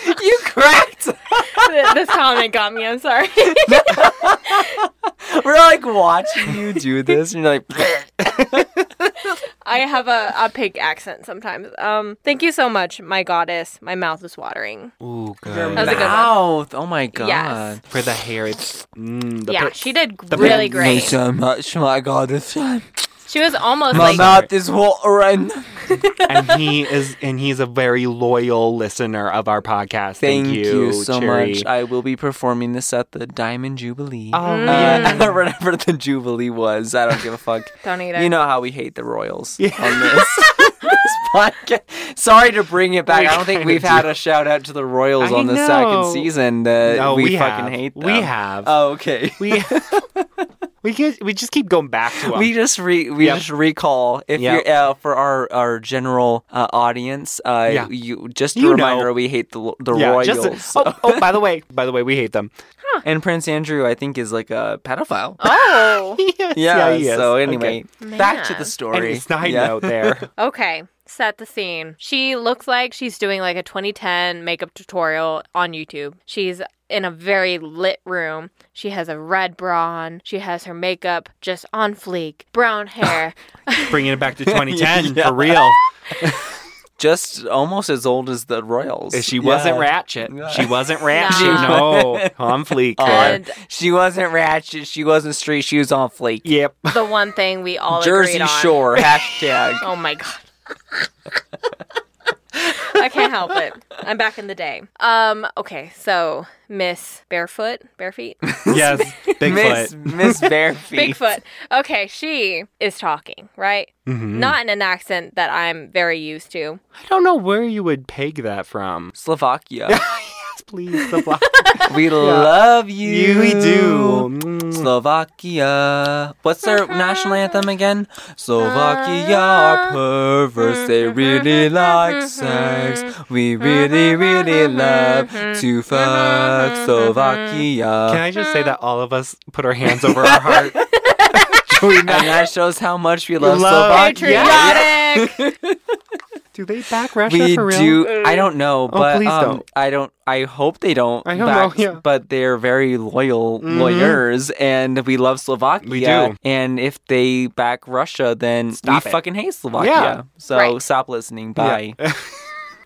A: you cracked.
C: this comment got me. I'm sorry.
A: We're like watching you do this, and you're like,
C: I have a, a pig accent sometimes. Um, thank you so much, my goddess. My mouth is watering.
B: Ooh, good.
A: your
C: was a good one.
A: mouth. Oh my god.
C: Yes.
B: For the hair, it's mm, the
C: yeah,
B: pits.
C: she did
B: the
C: really
B: pig.
C: great.
A: Thank you so much, my god. This time,
C: She was almost
A: my
C: like
A: mouth is watering.
B: and he is, and he's a very loyal listener of our podcast. Thank,
A: Thank you, so
B: Cherry.
A: much. I will be performing this at the Diamond Jubilee.
B: Oh
C: Mm.
A: Uh,
B: yeah.
A: whatever the Jubilee was, I don't give a fuck.
C: Don't eat it.
A: You know how we hate the Royals on this, this podcast. Sorry to bring it back.
B: We
A: I don't think
B: kinda
A: we've
B: do.
A: had a shout out to the Royals
B: I
A: on the
B: know.
A: second season. That
B: No,
A: we,
B: we
A: fucking
B: have.
A: hate them.
B: We have.
A: Oh, okay.
B: we we can, we just keep going back to um, him.
A: We just re we
B: Yep.
A: just recall if
B: Yep.
A: you're uh, for our our general uh, audience. Uh,
B: Yeah.
A: you just a
B: You know.
A: reminder we hate the the
B: yeah,
A: Royals.
B: just- oh, oh, by the way, by the way, we hate them.
A: And Prince Andrew, I think, is like a pedophile.
C: Oh.
B: Yes,
A: yeah.
B: he is.
A: So
B: Okay.
A: anyway, back to
C: Man.
A: the story.
B: Any side
A: Yeah.
B: note there.
C: okay. Set the scene. She looks like she's doing like a 2010 makeup tutorial on YouTube. She's in a very lit room. She has a red bra on. She has her makeup just on fleek. Brown hair.
B: Bringing it back to 2010
A: Yeah.
B: for real.
A: Just almost as old as the Royals.
B: She wasn't
A: Yeah.
B: ratchet. She wasn't ratchet.
C: Nah.
B: No, on fleek. there.
C: and
A: She wasn't ratchet. She wasn't straight. She was on flake.
B: Yep.
C: the one thing we all
A: Jersey
C: agreed on.
A: Shore hashtag.
C: Oh my god. I can't help it. I'm back in the day. Um, okay, so Miss Barefoot, Barefeet,
B: Yes.
A: Miss
B: Bigfoot.
A: Miss Barefeet.
C: Bigfoot. Okay, she is talking, right?
A: Mm-hmm.
C: Not in an accent that I'm very used to.
B: I don't know where you would peg that from.
A: Slovakia.
B: please, the block.
A: We love you.
B: you we do.
A: Slovakia. What's their national anthem again? Slovakia are perverts. They really like sex. We really, really love to fuck
B: Can
A: Slovakia.
B: I just say that all of us put our hands over our heart?
A: And that shows how much we love,
B: Love.
A: Slovakia.
C: Patriotic.
B: Do they back Russia
A: we
B: for real? Oh,
A: do. I don't know, but
B: please
A: um,
B: don't.
A: I don't. I hope they don't.
B: I don't
A: back-
B: know, yeah. Mm-hmm.
A: But they're very loyal lawyers, and we love Slovakia.
B: We do.
A: And if they back Russia, then
B: Stop
A: we
B: it.
A: fucking hate Slovakia.
B: Yeah.
A: So
C: Right.
A: stop listening.
B: Yeah.
A: Bye.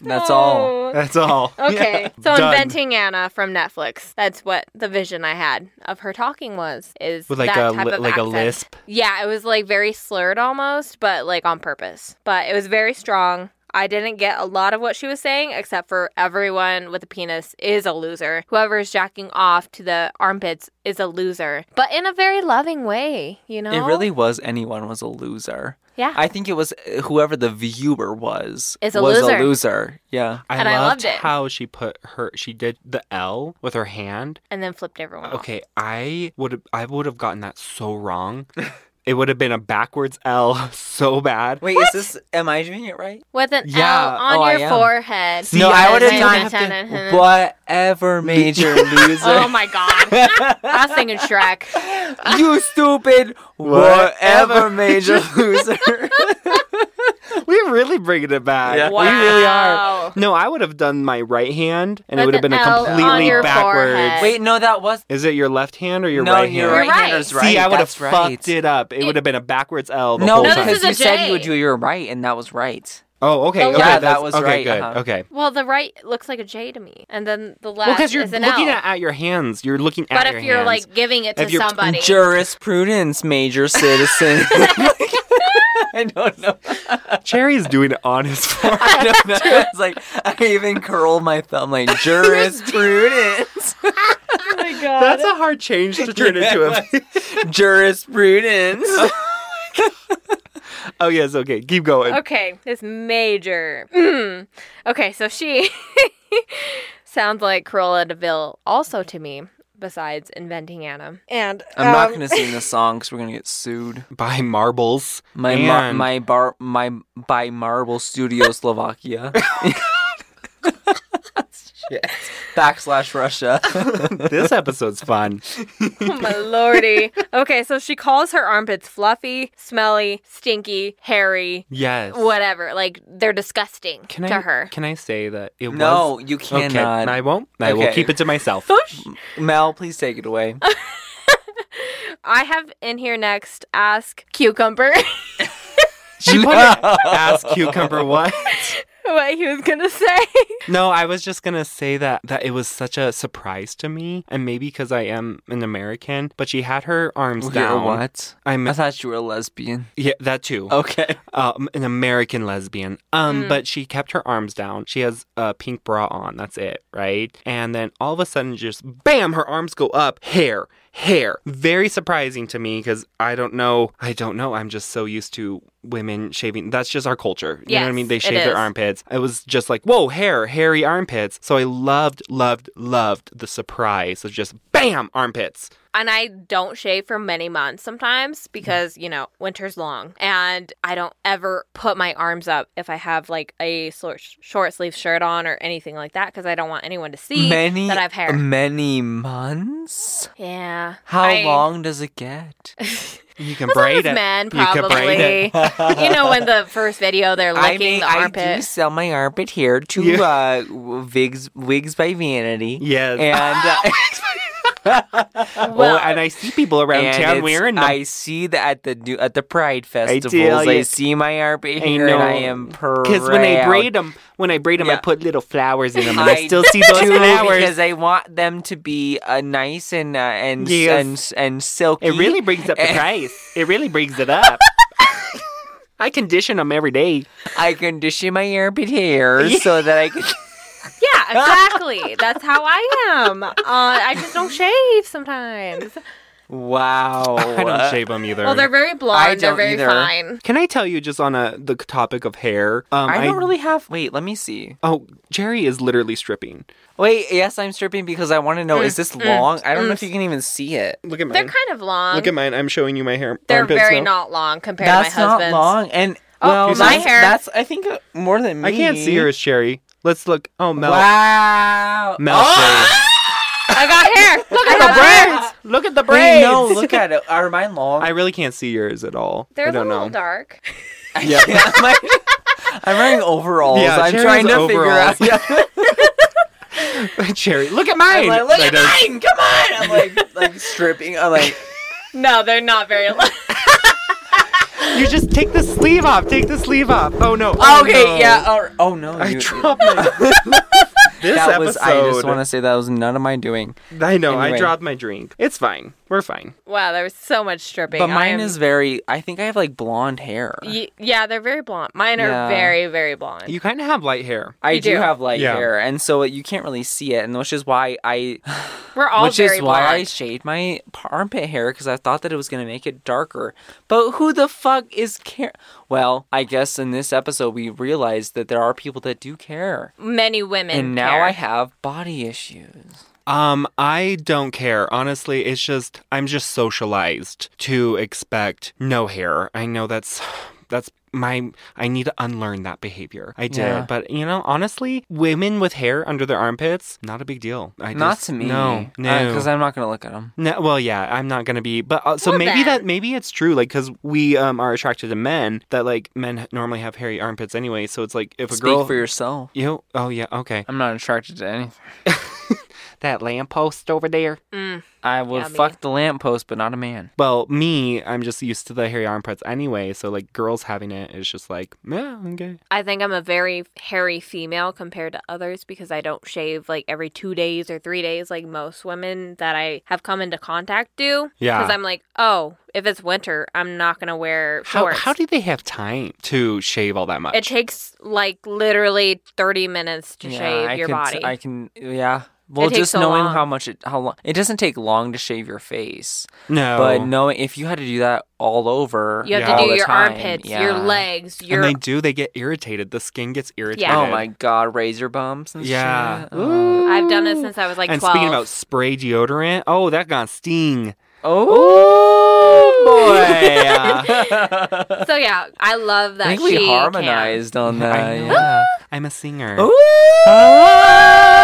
A: That's all.
C: No.
B: That's all.
C: Okay.
B: Yeah.
C: So
B: Done.
C: inventing Anna from Netflix. That's what the vision I had of her talking was. Is
B: With like
C: that
B: a
C: type
B: li-
C: of
B: like a
C: accent.
B: lisp.
C: Yeah, it was like very slurred almost, but like on purpose. But it was very strong. I didn't get a lot of what she was saying, except for everyone with a penis is a loser. Whoever is jacking off to the armpits is a loser, but in a very loving way, you know?
A: It really was. Anyone was a loser.
C: Yeah.
A: I think it was uh, whoever the viewer was
C: Is a
A: was
C: loser.
A: a loser. Yeah.
B: I
C: And I
B: loved
C: loved it.
B: how she put her. She did the L with her hand.
C: and then flipped everyone off.
B: Okay, I would I would have gotten that so wrong. it would have been a backwards L so bad.
A: Wait, is this? Am I doing it right?
C: With an
B: Yeah.
C: L on
A: Oh, I
C: your
A: am.
C: forehead.
B: See, No, I
A: would've
B: done-
A: Whatever, major loser.
C: Oh my god. I was thinking Shrek.
A: you stupid
B: Whatever.
A: whatever major loser.
B: We're really bringing it back.
A: Yeah.
B: We really are.
C: Wow.
B: No, I would have done my right hand, and it would
C: With
B: have
C: an
B: been a
C: L on
B: completely
C: your
B: backwards.
C: forehead.
A: Wait, no, that was
B: Is it your left hand or your
A: no,
B: right
A: your
B: hand?
A: right
C: You're
A: hander's
C: right.
A: right.
B: See, I would have
A: that's right.
B: fucked it up. It would have been a backwards L the
A: No,
B: whole
C: No, this
B: time.
A: because
C: is a
A: you said
C: J.
A: you would do your right, and that was right.
B: oh, okay.
C: Yeah,
B: okay,
A: that
B: that's-
A: was
B: okay,
A: right,
B: Good.
A: uh-huh.
B: Okay.
C: Well, the right looks like a J to me, and then the left
B: Well, because you're
C: is an
B: looking
C: L.
B: at, at your hands. You're looking at
C: but
B: your
C: if you're
B: hands.
C: like giving it to
B: If you're-
C: somebody,
A: Jurisprudence, major citizen. I don't know.
B: Cherry's doing it on his forehead.
A: I don't know. It's like I even curl my thumb like jurisprudence,
C: oh my god,
B: That's a hard change to turn into a.
A: jurisprudence.
B: oh yes, okay. Keep going.
C: Okay, this major. Mm. Okay, so she sounds like Cruella Deville also to me. Besides inventing Anna, and
A: I'm not
C: um,
A: gonna sing this song because we're gonna get sued.
B: Buy marbles.
A: My mar-
B: and
A: my bar my by Marble Studio Slovakia. Backslash Russia.
B: this episode's fun.
C: Oh my lordy. Okay, so she calls her armpits fluffy, smelly, stinky, hairy,
B: Yes.
C: whatever. Like they're disgusting
B: Can
C: to
B: I
C: her.
B: can I say that it
A: No,
B: was
A: you
B: okay?
A: cannot.
B: I won't. I will
A: Okay.
B: keep it to myself.
A: Mel, please take it away.
C: I have in here next ask cucumber
B: She put it- ask cucumber what?
C: what he was gonna say.
B: No, I was just gonna say that that it was such a surprise to me, and maybe because I am an American. But she had her arms
A: You're
B: down.
A: what?
B: I'm
A: I thought you were a lesbian.
B: yeah, that too.
A: Okay.
B: um, an American lesbian. Um,
C: Mm.
B: but she kept her arms down. She has a pink bra on. That's it, right? And then all of a sudden, just bam, her arms go up. Hair, hair. Very surprising to me because I don't know. I don't know. I'm just so used to women shaving. That's just our culture. You know what I
C: Yes,
B: mean? They
C: it
B: shave their
C: is.
B: armpits. It was just like, whoa, hair, hairy armpits. So I loved, loved, loved the surprise of just bam, armpits.
C: And I don't shave for many months sometimes because, you know, winter's long. And I don't ever put my arms up if I have like a short, short sleeve shirt on or anything like that because I don't want anyone to see
A: Many
C: that I have hair.
A: many months?
C: yeah.
A: How
C: I-
A: long does it get?
B: You can
C: As long
B: braid
C: as
B: it.
C: men,
B: You can braid it.
C: probably. you know, when the first video they're
A: I
C: licking
A: mean,
C: the
A: I do
C: armpit.
A: sell my armpit hair to
B: Yeah.
A: uh, Wigs Wigs by Vanity.
B: Yes.
A: And uh,
B: Well,
C: Well,
B: Oh, and I see people around
A: And
B: town
A: it's-
B: wearing them.
A: I see that at the new- at the Pride festivals. I,
B: tell ya.
A: see my armpit
B: I
A: here, and I
B: know.
A: am proud.
B: Because when I braid them, when I braid them, I
A: Yeah.
B: put little flowers in them, and I,
A: I
B: still see those
A: do
B: flowers.
A: because I want them to be uh, nice and uh, and,
B: Yes.
A: and and silky.
B: It really brings up the price. It really brings it up. I condition them every day.
A: I condition my armpit hair so that I can.
C: yeah, exactly. That's how I am. Uh, I just don't shave sometimes.
A: Wow.
B: I don't shave them either.
C: Well, they're very blonde.
A: I
C: they're
A: don't
C: very
A: either.
C: fine.
B: Can I tell you just on a the topic of hair? Um,
A: I don't really have. Wait, let me see.
B: Oh, Jerry is literally stripping.
A: Wait, yes, I'm stripping because I want to know is this
C: Mm,
A: long? I don't know if you can even see it.
B: Look at mine.
C: They're kind of long.
B: Look at mine. I'm showing you my hair.
C: they're
B: armpits
C: very
B: now.
C: not long compared
A: That's
C: to my
A: not
C: husband's.
A: long. And
C: Oh,
A: well,
C: my
A: that's-
C: hair.
A: That's I think uh, more than me.
B: I can't see yours, Jerry. Let's look. Oh, Mel.
A: Wow.
B: Mel
A: Ah!
B: shaved.
C: I got hair. Look
A: at the
C: at the
A: braids.
C: braids.
B: Look at the braids.
A: Wait, no, look at it. Are mine long?
B: I really can't see yours at all.
C: They're
B: I
C: a
B: don't
C: little
B: know.
C: dark.
A: yeah. I'm, like- I'm wearing overalls.
B: Yeah,
A: I'm
B: Jerry's
A: trying to figure out. Yeah.
B: Jerry, look at
A: I'm
B: mine.
A: like, look
B: They
A: at
B: don't-
A: mine. Come on. I'm like, like stripping. I'm like,
C: No, they're not very long.
B: You just take the sleeve off. Take the sleeve off. Oh no.
A: okay,
B: no.
A: yeah. Or, oh no.
B: I
A: you-
B: dropped my. this
A: that
B: episode.
A: was. I just want to say that was none of my doing.
B: I know.
A: Anyway.
B: I dropped my drink. It's fine. We're fine.
C: wow, there was so much stripping.
A: But
C: I
A: mine
C: am-
A: is very. I think I have like blonde hair.
C: Y- yeah, they're very blonde. Mine are
A: Yeah.
C: very, very blonde.
B: You kind of have light hair.
A: I
C: You
A: do,
C: do.
A: have light
B: Yeah.
A: hair, and so you can't really see it, and which is why I,
C: We're all
A: which
C: very
A: is why I
C: blonde.
A: shaved my p- armpit hair because I thought that it was gonna make it darker. But who the fuck is care? Well, I guess in this episode we realized that there are people that do care,
C: Many women.
A: and now
C: care.
A: I have body issues.
B: Um, I don't care. Honestly, it's just I'm just socialized to expect no hair. I know that's that's my I need to unlearn that behavior. I did,
A: Yeah.
B: but you know, honestly, women with hair under their armpits, not a big deal. I
A: Not
B: just-
A: to me,
B: No, no.
A: because Uh, I'm not gonna look at them.
B: No, well, yeah, I'm not gonna be, but uh, so
C: Well,
B: maybe
C: then.
B: that maybe it's true, like because we um are attracted to men that like men h- normally have hairy armpits anyway, so it's like if a
A: Speak
B: girl
A: for yourself.
B: you know, oh yeah okay
A: I'm not attracted to anything.
B: that lamppost over there.
A: I would
C: Yummy.
A: fuck the lamppost, but not a man.
B: Well, me, I'm just used to the hairy armpits anyway, so like girls having it is just like yeah okay.
C: I think I'm a very hairy female compared to others because I don't shave like every two days or three days like most women that I have come into contact do.
B: Yeah.
C: Because I'm like, oh, if it's winter, I'm not going to wear
B: How
C: shorts.
B: how do they have time to shave all that much?
C: it takes like literally 30 minutes to shave
A: I
C: your
A: can,
C: body.
A: I can, yeah. Well,
C: takes
A: just
C: so
A: knowing
C: long.
A: how much it, how long it doesn't take long to shave your face,
B: no,
A: but knowing if you had to do that all over,
C: you have
B: Yeah.
C: to
A: all
C: do
A: the
C: your
A: time,
C: armpits,
A: yeah.
C: your legs, your.
B: and they do. They get irritated. The skin gets irritated.
C: Yeah.
A: Oh my god, razor bumps and
B: Yeah.
A: shit. Oh,
C: I've done it since I was like
B: and
C: 12.
B: speaking about spray deodorant, oh that got sting.
A: oh boy.
C: so yeah, I love that
A: I think we
C: she can.
A: harmonized on that.
B: I know. Oh,
A: yeah.
B: I'm a singer.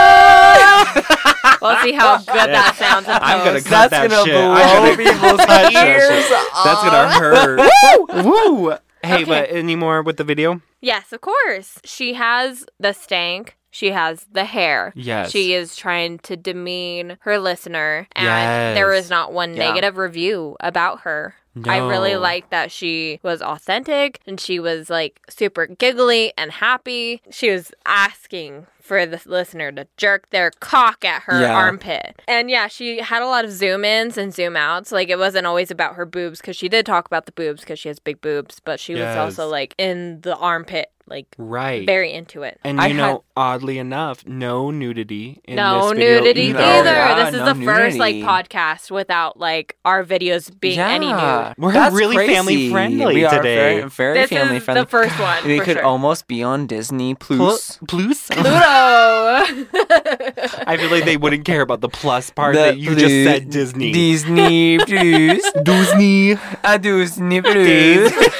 C: We'll see how good that sounds. in
B: I'm gonna
C: post.
B: cut
A: That's
B: that
A: gonna
B: shit.
A: blow
B: I'm
A: people's
B: cut that
A: ears
B: shit. That's gonna hurt. Woo! Woo! Hey, but any more with the video?
C: Yes, of course. She has the stank. She has the hair.
B: Yes.
C: She is trying to demean her listener. And
B: Yes.
C: there was not one
A: Yeah.
C: negative review about her. I really
B: No.
C: liked that she was authentic and she was like super giggly and happy. She was asking for the listener to jerk their cock at her
A: Yeah.
C: armpit. And yeah, she had a lot of zoom ins and zoom outs. Like it wasn't always about her boobs because she did talk about the boobs because she has big boobs, but she
B: Yes.
C: was also like in the armpit, like
B: Right.
C: very into it.
B: And
A: I
B: you know,
A: had-
B: oddly enough, no nudity in
C: no
B: this video
C: nudity
A: No,
C: either.
A: yeah,
C: this is
A: no
C: the first like
A: nudity.
C: podcast without like our videos being any nude.
B: We're
A: That's
B: really
A: crazy.
B: family-friendly
A: we are
B: today.
A: Very, very
C: This
A: family
C: is
A: friendly.
C: the first one.
A: They
C: for
A: could
C: sure.
A: almost be on Disney Plus.
B: Pl- plus?
C: Pluto.
B: I feel like they wouldn't care about the plus part
A: The
B: that you just
A: blue-
B: said Disney.
A: Disney Plus.
B: Disney.
A: A Disney Plus.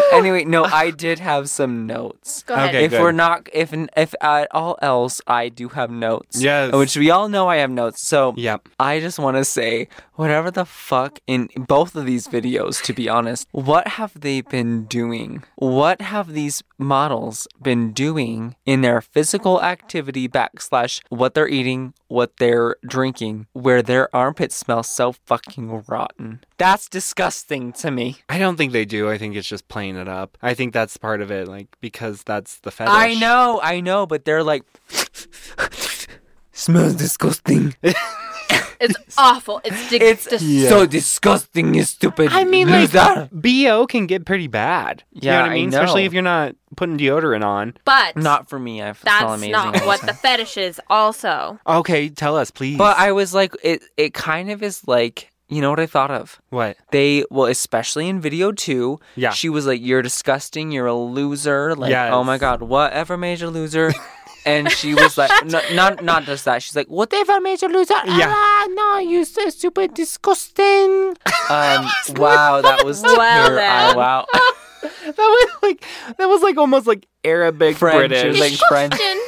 A: anyway, no, I did have some notes.
C: Go ahead.
B: Okay.
A: if
B: good.
A: we're not, if if at all else, I do have notes.
B: Yes.
A: Which we all know I have notes. So
B: Yep.
A: I just want to say, whatever the fuck in both of these videos, to be honest, what have they been doing? What have these models been doing in their physical activity backslash what they're eating, what they're drinking, where their armpits smell so fucking rotten? That's disgusting to me.
B: I don't think they do. I think it's just playing it up. I think that's part of it, like because that's the fetish.
A: I know, I know, but they're like, smells disgusting.
C: It's awful. It's, dig-
A: It's
C: dis-
A: so disgusting and stupid.
B: I mean, like,
A: loser.
B: BO can get pretty bad. you
A: Yeah,
B: know what
A: I
B: I mean?
A: know.
B: Especially if you're not putting deodorant on.
C: But
A: not for me. I felt
C: that's
A: amazing.
C: not
A: all
C: what
A: time.
C: the fetish is. Also,
B: Okay, tell us, please.
A: But I was like, it. It kind of is like you know what I thought of.
B: what?
A: They well, especially in video two.
B: Yeah.
A: She was like, "You're disgusting. You're a loser. Like,
B: Yes.
A: oh my god, whatever made you a loser." and she was like, no, not not just that. She's like, "Whatever made you a loser."
B: Yeah.
A: Ah, no, you're so super disgusting. Um. wow, that was
C: Well
A: her- I-
C: then.
A: wow.
B: That was like that was like almost like Arabic
A: French. It was
B: British.
A: like French.
C: Christian,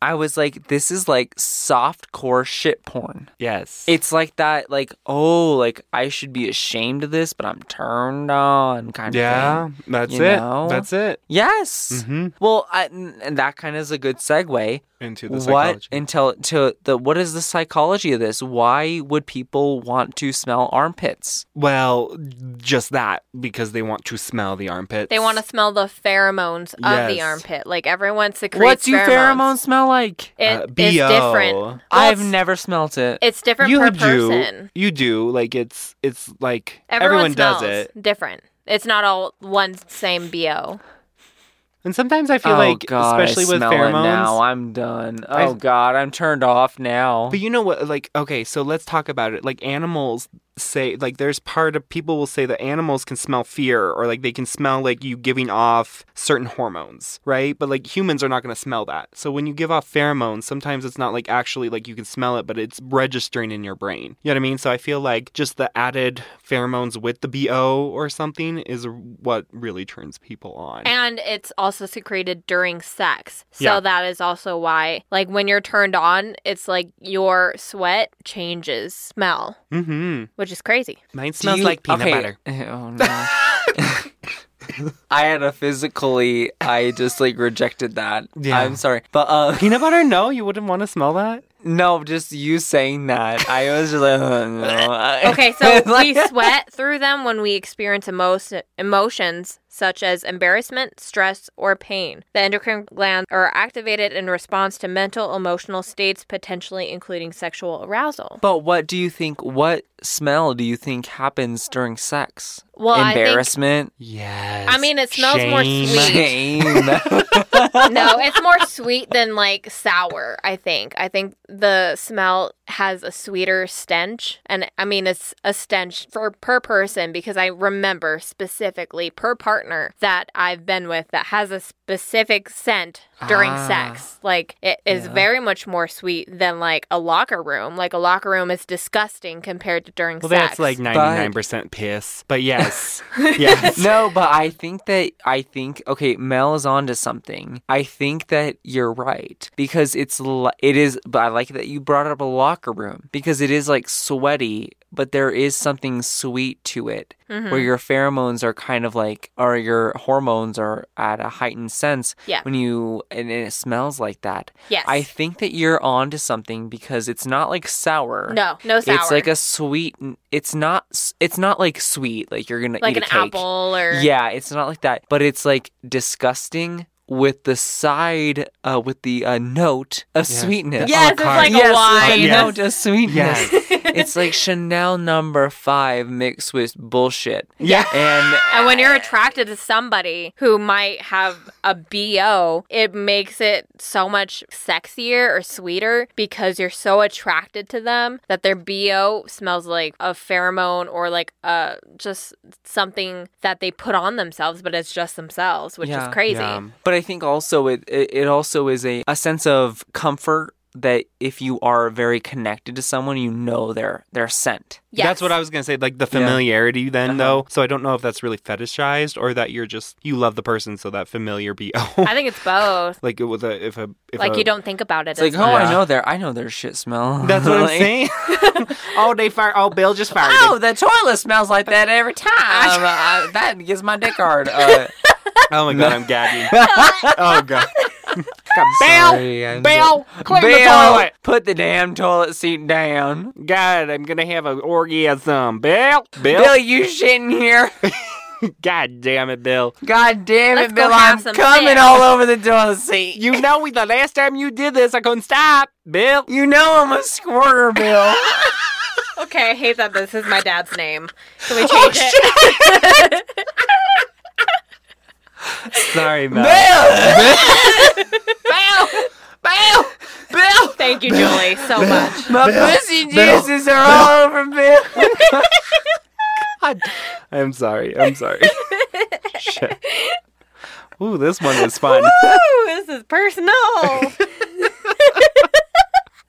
A: I was like, this is like soft core shit porn.
B: yes.
A: It's like that, like, oh, like I should be ashamed of this, but I'm turned on kind of
B: yeah,
A: thing.
B: that's
A: you
B: it.
A: know?
B: That's it.
A: Yes.
B: Mm-hmm.
A: Well, I, and that kind of is a good segue.
B: Into the
A: What
B: psychology.
A: until to the what is the psychology of this? Why would people want to smell armpits?
B: Well, just that because they want to smell the armpits.
C: they want to smell the pheromones of the
B: Yes.
C: armpit. Like everyone secretes.
A: What's your pheromone
C: pheromones.
A: smell like?
C: It
B: Uh,
C: is
B: BO.
C: different. Well,
A: I've
C: it's-
A: never smelt it.
C: It's different
B: you
C: per
B: do.
C: person.
B: You do. Like it's it's like
C: Everyone,
B: does
C: smells
B: it.
C: different. It's not all one same bo.
B: And sometimes I feel
A: oh
B: like
A: god,
B: especially
A: I
B: with
A: smell
B: pheromones.
A: It now I'm done.
B: I-
A: Oh god, I'm turned off now.
B: But you know what? Like, okay, so let's talk about it. Like, animals say, like, there's part of people will say that animals can smell fear or like they can smell like you giving off certain hormones, right? But like humans are not going to smell that. So when you give off pheromones, sometimes it's not like actually like you can smell it, but it's registering in your brain. You know what I mean? So I feel like just the added pheromones with the BO or something is what really turns people on.
C: And it's also secreted during sex. So
B: Yeah.
C: that is also why, like, when you're turned on, it's like your sweat changes smell,
B: mm-hmm.
C: which is crazy.
B: Mine
A: Do
B: smells
A: you-
B: like peanut
A: okay.
B: butter.
A: Oh no. I had a physically I just like rejected that.
B: Yeah.
A: I'm sorry. But uh
B: Peanut butter? No, you wouldn't want to smell that.
A: no, just you saying that. I was just like oh, no.
C: Okay, so
A: It's like-
C: we sweat through them when we experience emo- emotions such as embarrassment, stress, or pain. The endocrine glands are activated in response to mental, emotional states, potentially including sexual arousal.
A: But what do you think what smell do you think happens during sex?
C: Well, I think-
A: Embarrassment?
B: Yes.
C: I mean, it smells more
B: Shame.
C: sweet.
A: Shame.
C: no, it's more sweet than like sour, I think. I think the smell has a sweeter stench. And I mean, it's a stench for per person because I remember specifically per partner that I've been with that has a specific scent during
A: Ah.
C: sex. Like, it is
A: Yeah.
C: very much more sweet than like a locker room. Like, a locker room is disgusting compared to during
B: Well,
C: sex.
B: that's like ninety nine percent piss. But yes, yes,
A: no, but I think that I think okay, Mel is onto something. I think that you're right because it's li- it is. But I like that you brought up a locker room because it is like sweaty, but there is something sweet to it
C: Mhm.
A: where your pheromones are kind of like or your hormones are at a heightened sense
C: Yeah.
A: when you and it smells like that.
C: yes.
A: I think that you're onto something because it's not like sour.
C: no, no sour.
A: It's like a sweet. It's not. s- It's not like sweet. Like you're gonna
C: like
A: eat
C: an
A: a cake.
C: apple or.
A: Yeah, it's not like that, but it's like disgusting with the side, uh, with the uh, note of
B: Yes.
A: sweetness.
C: Yes, it's
B: carte.
C: like
A: yes,
C: a wine.
A: the
B: Yes.
A: note of sweetness.
B: yes,
A: it's like Chanel number five mixed with bullshit.
B: yeah.
A: And
C: And when you're attracted to somebody who might have a BO, it makes it so much sexier or sweeter because you're so attracted to them that their BO smells like a pheromone or like uh just something that they put on themselves, but it's just themselves, which
A: Yeah.
C: is crazy.
B: Yeah.
A: But I think also it it it also is a, a sense of comfort that if you are very connected to someone, you know their their scent.
C: Yes.
B: That's what I was gonna say. Like the familiarity, then
A: Uh-huh.
B: though. So I don't know if that's really fetishized or that you're just you love the person, so that familiar be oh,
C: I think it's both.
B: like it was a, if a if
C: like
B: a,
C: you don't think about it.
A: It's like,
C: as
A: oh,
C: much.
A: I know their I know their shit smell.
B: That's what I'm
A: Like,
B: saying. oh, they fire. Oh, Bill just fired.
A: Oh, the toilet smells like that every time. uh, that gets my dick hard. Uh,
B: Oh my god, I'm gagging. oh god. Bill,
A: Bill,
B: Bill, clean the toilet.
A: put the damn toilet seat down.
B: God, I'm gonna have an orgasm. Bill, Bill,
A: Bill, you shitting here?
B: God damn it, Bill.
A: God damn
C: Let's
A: it,
C: go
A: Bill!
C: have
A: I'm
C: some
A: coming
C: sex.
A: all over the toilet seat.
B: You know, we the last time you did this, I couldn't stop, Bill.
A: You know I'm a squirter, Bill.
C: Okay, I hate that this is my dad's name. Can we change it?
B: Sorry, Bill.
A: Bill! Bill! Bill!
C: Thank you, Julie, so much.
A: My pussy juices are all over Bill.
B: God. I'm sorry. I'm sorry. Shit. Ooh, this one was fun.
C: Woo! This is personal.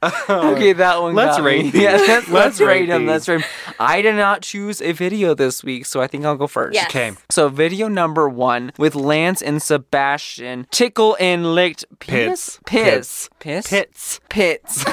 A: okay, that one.
B: Oh, Let's
A: got
B: rate
A: me.
B: these.
A: Yeah, let's,
B: Let's
A: let's rate
B: rate
A: them. Let's
B: these.
A: rate 'em. I did not choose a video this week, so I think I'll go first.
C: Yes.
B: Okay.
A: So video number one with Lance and Sebastian tickle and licked penis?
B: Pits.
A: piss
B: Pits.
A: pits.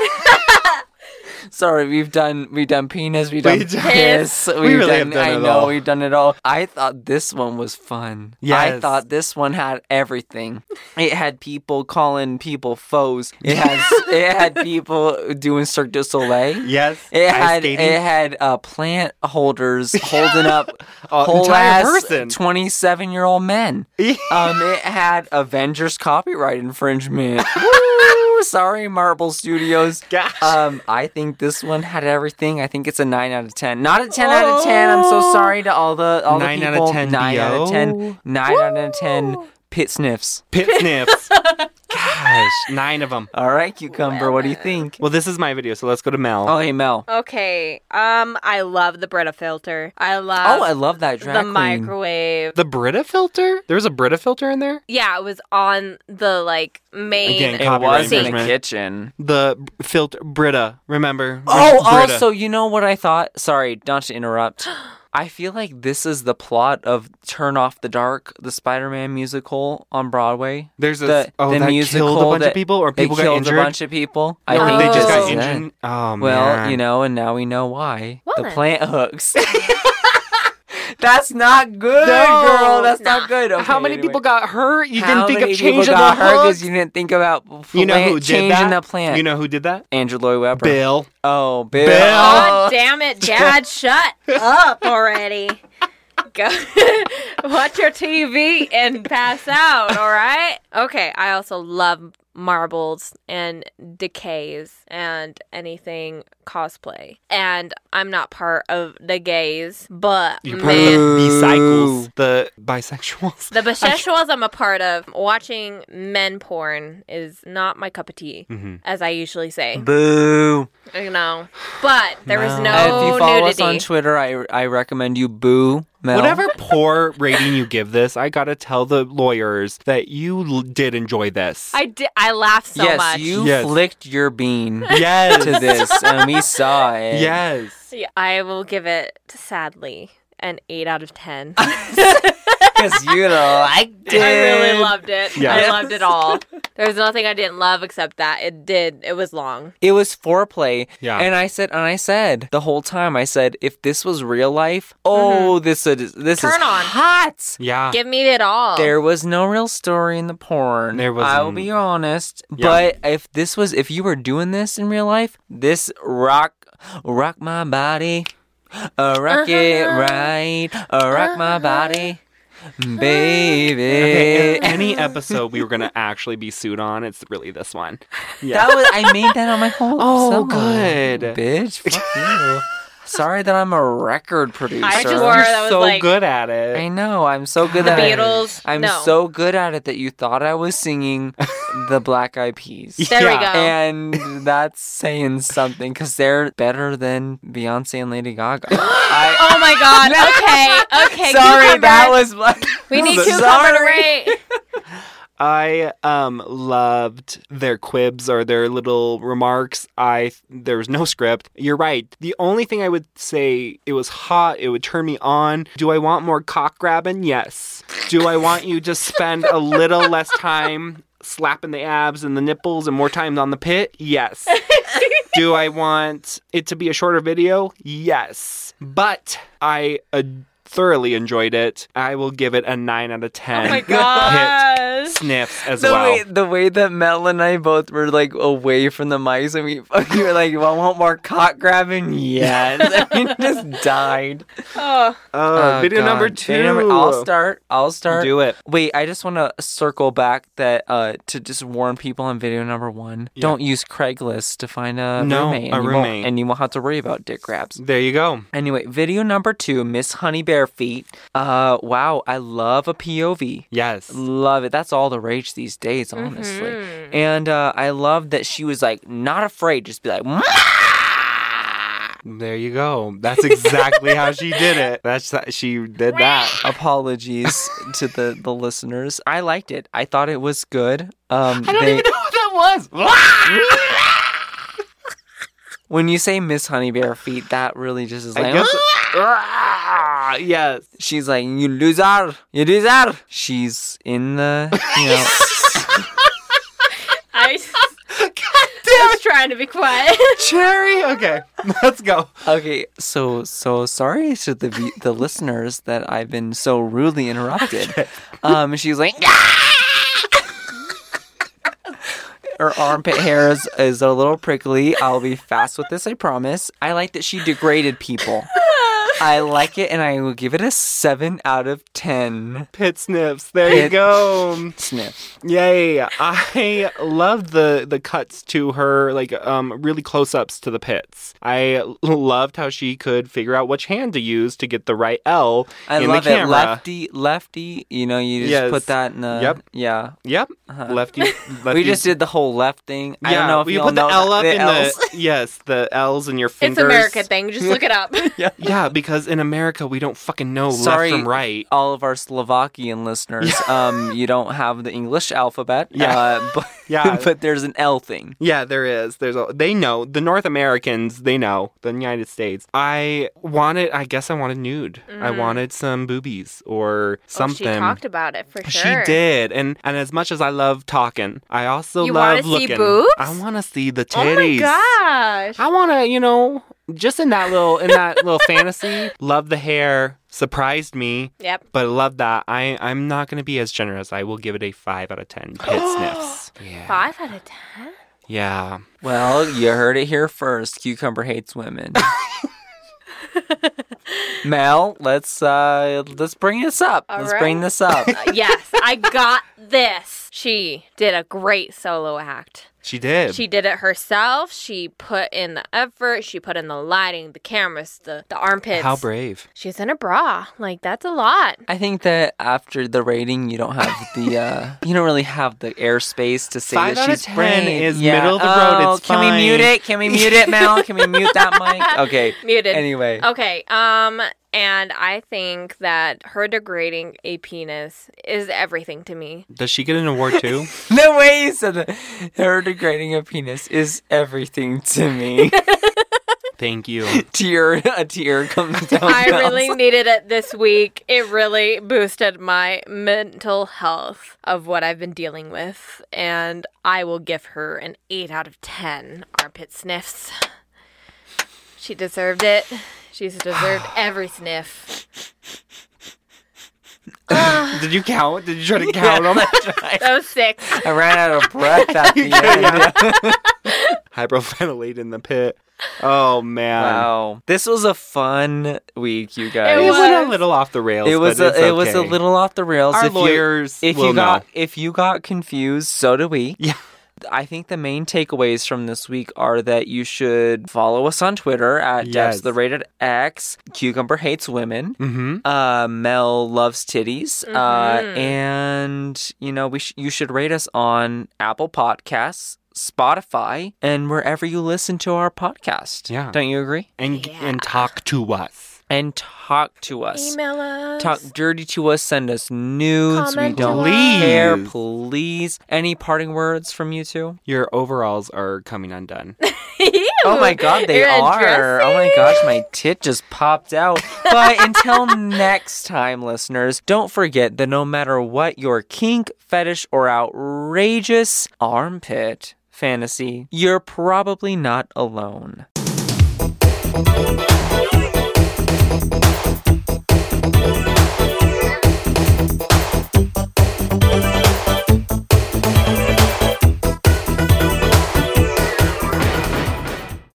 A: Sorry, we've done we've done penis, we've done
B: done-
A: piss, we've
B: really
A: done,
B: have done
A: I
B: it
A: know
B: all.
A: we've done it all. I thought this one was fun. I
B: Yes.
A: thought this one had everything. It had people calling people foes. It has it had people doing Cirque du Soleil.
B: Yes.
A: It
B: Ice
A: had
B: skating.
A: it had uh, plant holders holding up
B: Uh,
A: whole
B: entire
A: ass
B: person.
A: twenty seven year old men. Um, it had Avengers copyright infringement. Woo! Sorry, Marvel Studios.
B: Gosh.
A: Um, I think this one had everything. I think it's a nine out of ten. Not a ten out of ten. I'm so
B: Oh.
A: sorry to all the all
B: Nine
A: the
B: out of
A: people.
B: 10
A: nine out of ten.
B: BO.
A: Nine out of ten. Pit sniffs.
B: Pit sniffs. Gosh, nine of them.
A: All right, cucumber. what do you think?
B: Well, this is my video, so let's go to Mel.
A: Oh, hey Mel.
C: okay. Um, I love the Brita filter. I
B: uh,
C: love.
A: Oh, I love that drag
C: the
A: queen.
C: microwave.
B: The Brita filter? There was a Brita filter in there?
C: Yeah, it was on the like main.
B: Again,
A: It
B: Copyright
A: was in the
B: infringement.
A: kitchen.
B: The b- filter Brita, remember?
A: Oh,
B: Brita.
A: also, you know what I thought? Sorry, not to interrupt. I feel like this is the plot of Turn Off the Dark, the Spider-Man musical on Broadway.
B: there's a
A: the-
B: oh
A: the
B: that
A: musical
B: killed a bunch
A: that-
B: of people or people
A: they
B: got
A: killed
B: injured.
A: a bunch of people. I
B: Or
A: think
B: they just got
A: this is it.
B: injured. Oh
A: Well,
B: man.
A: you know, and now we know why.
C: Well,
A: the
C: then.
A: plant hooks. That's not good,
B: No,
A: girl. That's
C: nah.
A: not good.
B: how
A: Okay,
B: many
A: anyway.
B: people got hurt? You
A: How
B: didn't think
A: many
B: of
A: people
B: changing
A: got
B: the
A: hurt 'cause
B: hooks?
A: You didn't think about
B: You know
A: plant-
B: who did
A: changing
B: that?
A: the plant.
B: You know who did that?
A: Andrew Lloyd Webber.
B: Bill.
A: Oh, Bill.
C: God damn it, Dad! shut up already. Go watch your TV and pass out. All right. Okay. I also love marbles and decays and anything cosplay. And I'm not part of the gays, but
B: You're part of
C: man.
B: the bicycles.
A: Boo.
B: The bisexuals.
C: The bisexuals I'm a part of, watching men porn is not my cup of tea,
B: Mm-hmm.
C: as I usually say.
A: Boo.
C: You know, but there was
B: No.
C: no
A: if you follow us
C: nudity.
A: on Twitter, I I recommend you boo Mel.
B: Whatever poor rating you give this, I gotta tell the lawyers that you l- did enjoy this.
C: I did. I laughed so
A: yes,
C: much.
A: you
B: Yes.
A: flicked your bean
B: yes,
A: to this, and we saw it.
B: yes.
C: Yeah, I will give it sadly an eight out of ten.
A: because you liked it.
C: I really loved it. I
B: Yes.
C: loved it all. There was nothing I didn't love except that it did. It was long.
A: It was foreplay.
B: Yeah.
A: And I said, and I said the whole time, I said, if this was real life, oh, this is this is
C: Mm-hmm. Turn on.
A: hot.
B: Yeah.
C: Give me it all.
A: There was no real story in the porn.
B: Oh. There was
A: I'll
B: n-
A: be honest.
B: Yeah.
A: But if this was, if you were doing this in real life, this rock, rock my body, uh, rock it
C: Uh-huh.
A: right, uh, rock my body,
B: Okay,
A: baby.
B: if any episode we were gonna actually be sued on, it's really this one. Yeah.
A: That was I made that on my whole.
B: Oh,
A: song,
B: good.
A: bitch. Fuck you. Sorry that I'm a record producer.
C: I just
B: You're
C: swore that was
B: so
C: like-
B: good at it.
A: I know. I'm so good
C: the
A: at it.
C: Beatles.
A: I'm
C: no.
A: so good at it that you thought I was singing the Black Eyed Peas.
C: There we
B: Yeah.
C: go.
A: And that's saying something because they're better than Beyonce and Lady Gaga. I,
C: oh my god. Okay. Okay.
A: sorry,
C: cucumber.
A: that was.
C: We need
B: Sorry.
C: cucumber to rate.
B: I um loved their quibs or their little remarks. I there was no script. You're right. The only thing I would say it was hot. It would turn me on. Do I want more cock grabbing? Yes. Do I want you to spend a little less time slapping the abs and the nipples and more time on the pit? Yes. Do I want it to be a shorter video? Yes. But I. Uh, thoroughly enjoyed it. I will give it a 9 out of 10.
C: Oh my
B: Hit
C: gosh.
B: sniffs as
A: The
B: well.
A: way the way that Mel and I both were like away from the mics and we, we were like, well, want more cock grabbing? Yes. and it just died.
C: Oh,
B: Uh,
A: Oh,
B: video
A: God.
B: number 2.
A: Video number- I'll start. I'll start.
B: Do it.
A: Wait, I just want to circle back that uh, to just warn people on video number one:
B: Yeah.
A: don't use Craigslist to find a
B: No,
A: roommate, and
B: a
A: you
B: roommate.
A: won't, and you won't have to worry about dick grabs.
B: There you go.
A: Anyway, video number two: Miss Honey Bear Feet. Uh, wow, I love a POV.
B: Yes.
A: Love it. That's all the rage these days,
B: Mm-hmm.
A: honestly. And uh, I love that she was like not afraid, just be like, "Mwah!"
B: There you go. That's exactly how she did it. That's she did that.
A: apologies to the the listeners. I liked it. I thought it was good. Um,
B: I don't
A: they-
B: even know what that was.
A: When you say Miss Honey Bear Feet, that really just is
B: I
A: like. "Oh,
B: guess. Ah, yes.
A: She's like, you loser, you loser. She's in the, you know,
C: I just,
B: God
C: was trying to be quiet.
B: cherry. Okay, let's go.
A: okay. So so sorry to the vi- the listeners that I've been so rudely interrupted. Um, she's like, her armpit hair is, is a little prickly. I'll be fast with this, I promise. I like that she degraded people. I like it, and I will give it a seven out of ten.
B: Pit snips. There you
A: Pit-
B: go.
A: Sniff.
B: Yay! I loved the the cuts to her, like um, really close ups to the pits. I loved how she could figure out which hand to use to get the right L
A: I
B: in
A: love
B: the camera.
A: it. Lefty, lefty. You know, you just
B: Yes.
A: put that in the.
B: Yep.
A: Yeah.
B: Yep. Lefty, lefty.
A: Uh-huh. We just did the whole left thing. I don't know if
B: we
A: you all
B: put the
A: know
B: L up
A: the
B: in
A: L's.
B: the yes, the L's in your
C: It's
B: fingers.
C: America thing. Just look it up.
B: Yeah, because in America we don't fucking know
A: Sorry.
B: left from right.
A: all of our Slovakian listeners. Um, you don't have the English alphabet.
B: Yeah.
A: Uh, but,
B: Yeah.
A: but there's an L thing.
B: Yeah, there is. There's a, they know the North Americans. They know the United States. I wanted. I guess I wanted nude. I wanted some boobies or something.
C: Mm. Oh, she talked about it for
B: She
C: sure.
B: did, and and as much as I love talking, I also
C: You wanna
B: love
C: see
B: looking.
C: boobs?
B: I want to see the
C: Oh my
B: titties.
C: gosh.
B: I want to, you know, just in that little in that little fantasy. Love the hair. Surprised me.
C: Yep.
B: But love that. I I'm not gonna be as generous. I will give it a five out of ten. Pit sniffs. Yeah.
C: Five out of ten.
B: Yeah.
A: Well, you heard it here first. Cucumber hates women. Mel, let's uh, let's bring this up.
C: All
A: let's bring
C: right.
A: this up.
C: Uh, yes, I got this. She did a great solo act.
B: She did.
C: She did it herself. She put in the effort. She put in the lighting, the cameras, the, the armpits.
B: How brave.
C: She's in a bra. Like, that's a lot.
A: I think that after the rating, you don't have the uh, you don't really have the airspace to say
B: Five
A: that
B: out of
A: she's
B: 10
A: brave.
B: is middle of the road,
A: Oh,
B: it's
A: can
B: fine.
A: we mute it? Can we mute it, Mel? Can we mute that mic? Okay.
C: Muted.
A: Anyway,
C: Okay. Um, and I think that her degrading a penis is everything to me.
B: Does she get an award too?
A: no way you said that. Her degrading a penis is everything to me.
B: Thank you.
A: tear, a tear comes down.
C: I
A: Mel's-
C: really needed it this week. It really boosted my mental health of what I've been dealing with. And I will give her an 8 out of 10 armpit sniffs. She deserved it. She's deserved every sniff.
B: Did you count? Did you try to count them?
C: That was six.
A: I ran out of breath at the end.
B: Hyperventilate in the pit. Oh man.
A: Wow, this was a fun week, you guys.
B: It
C: was-
B: went a little off the rails.
A: It was
B: but
A: a,
B: it's
A: it was a
B: okay.
A: little off the rails.
B: Our
A: if
B: lawyers
A: you, if
B: will
A: you got
B: know.
A: if you got confused, so do we.
B: Yeah.
A: I think the main takeaways from this week are that you should follow us on Twitter at
B: Yes.
A: Debs the Rated X. Cucumber hates women.
B: Mm-hmm.
A: Uh, Mel loves titties. Uh, and you know we sh- you should rate us on Apple Podcasts, Spotify, and wherever you listen to our podcast.
B: Yeah.
A: don't you agree?
B: And
C: Yeah.
B: and talk to us.
A: And talk to us.
C: Email us.
A: Talk dirty to us. Send us nudes.
C: Comment
A: we don't
C: to us.
A: care.
B: Please.
A: Please. Any parting words from you two?
B: Your overalls are coming undone.
A: Oh my god, they
C: You're
A: are. Oh my
C: addressing-
A: gosh, my tit just popped out. But until next time, listeners, don't forget that no matter what your kink, fetish, or outrageous armpit fantasy, you're probably not alone.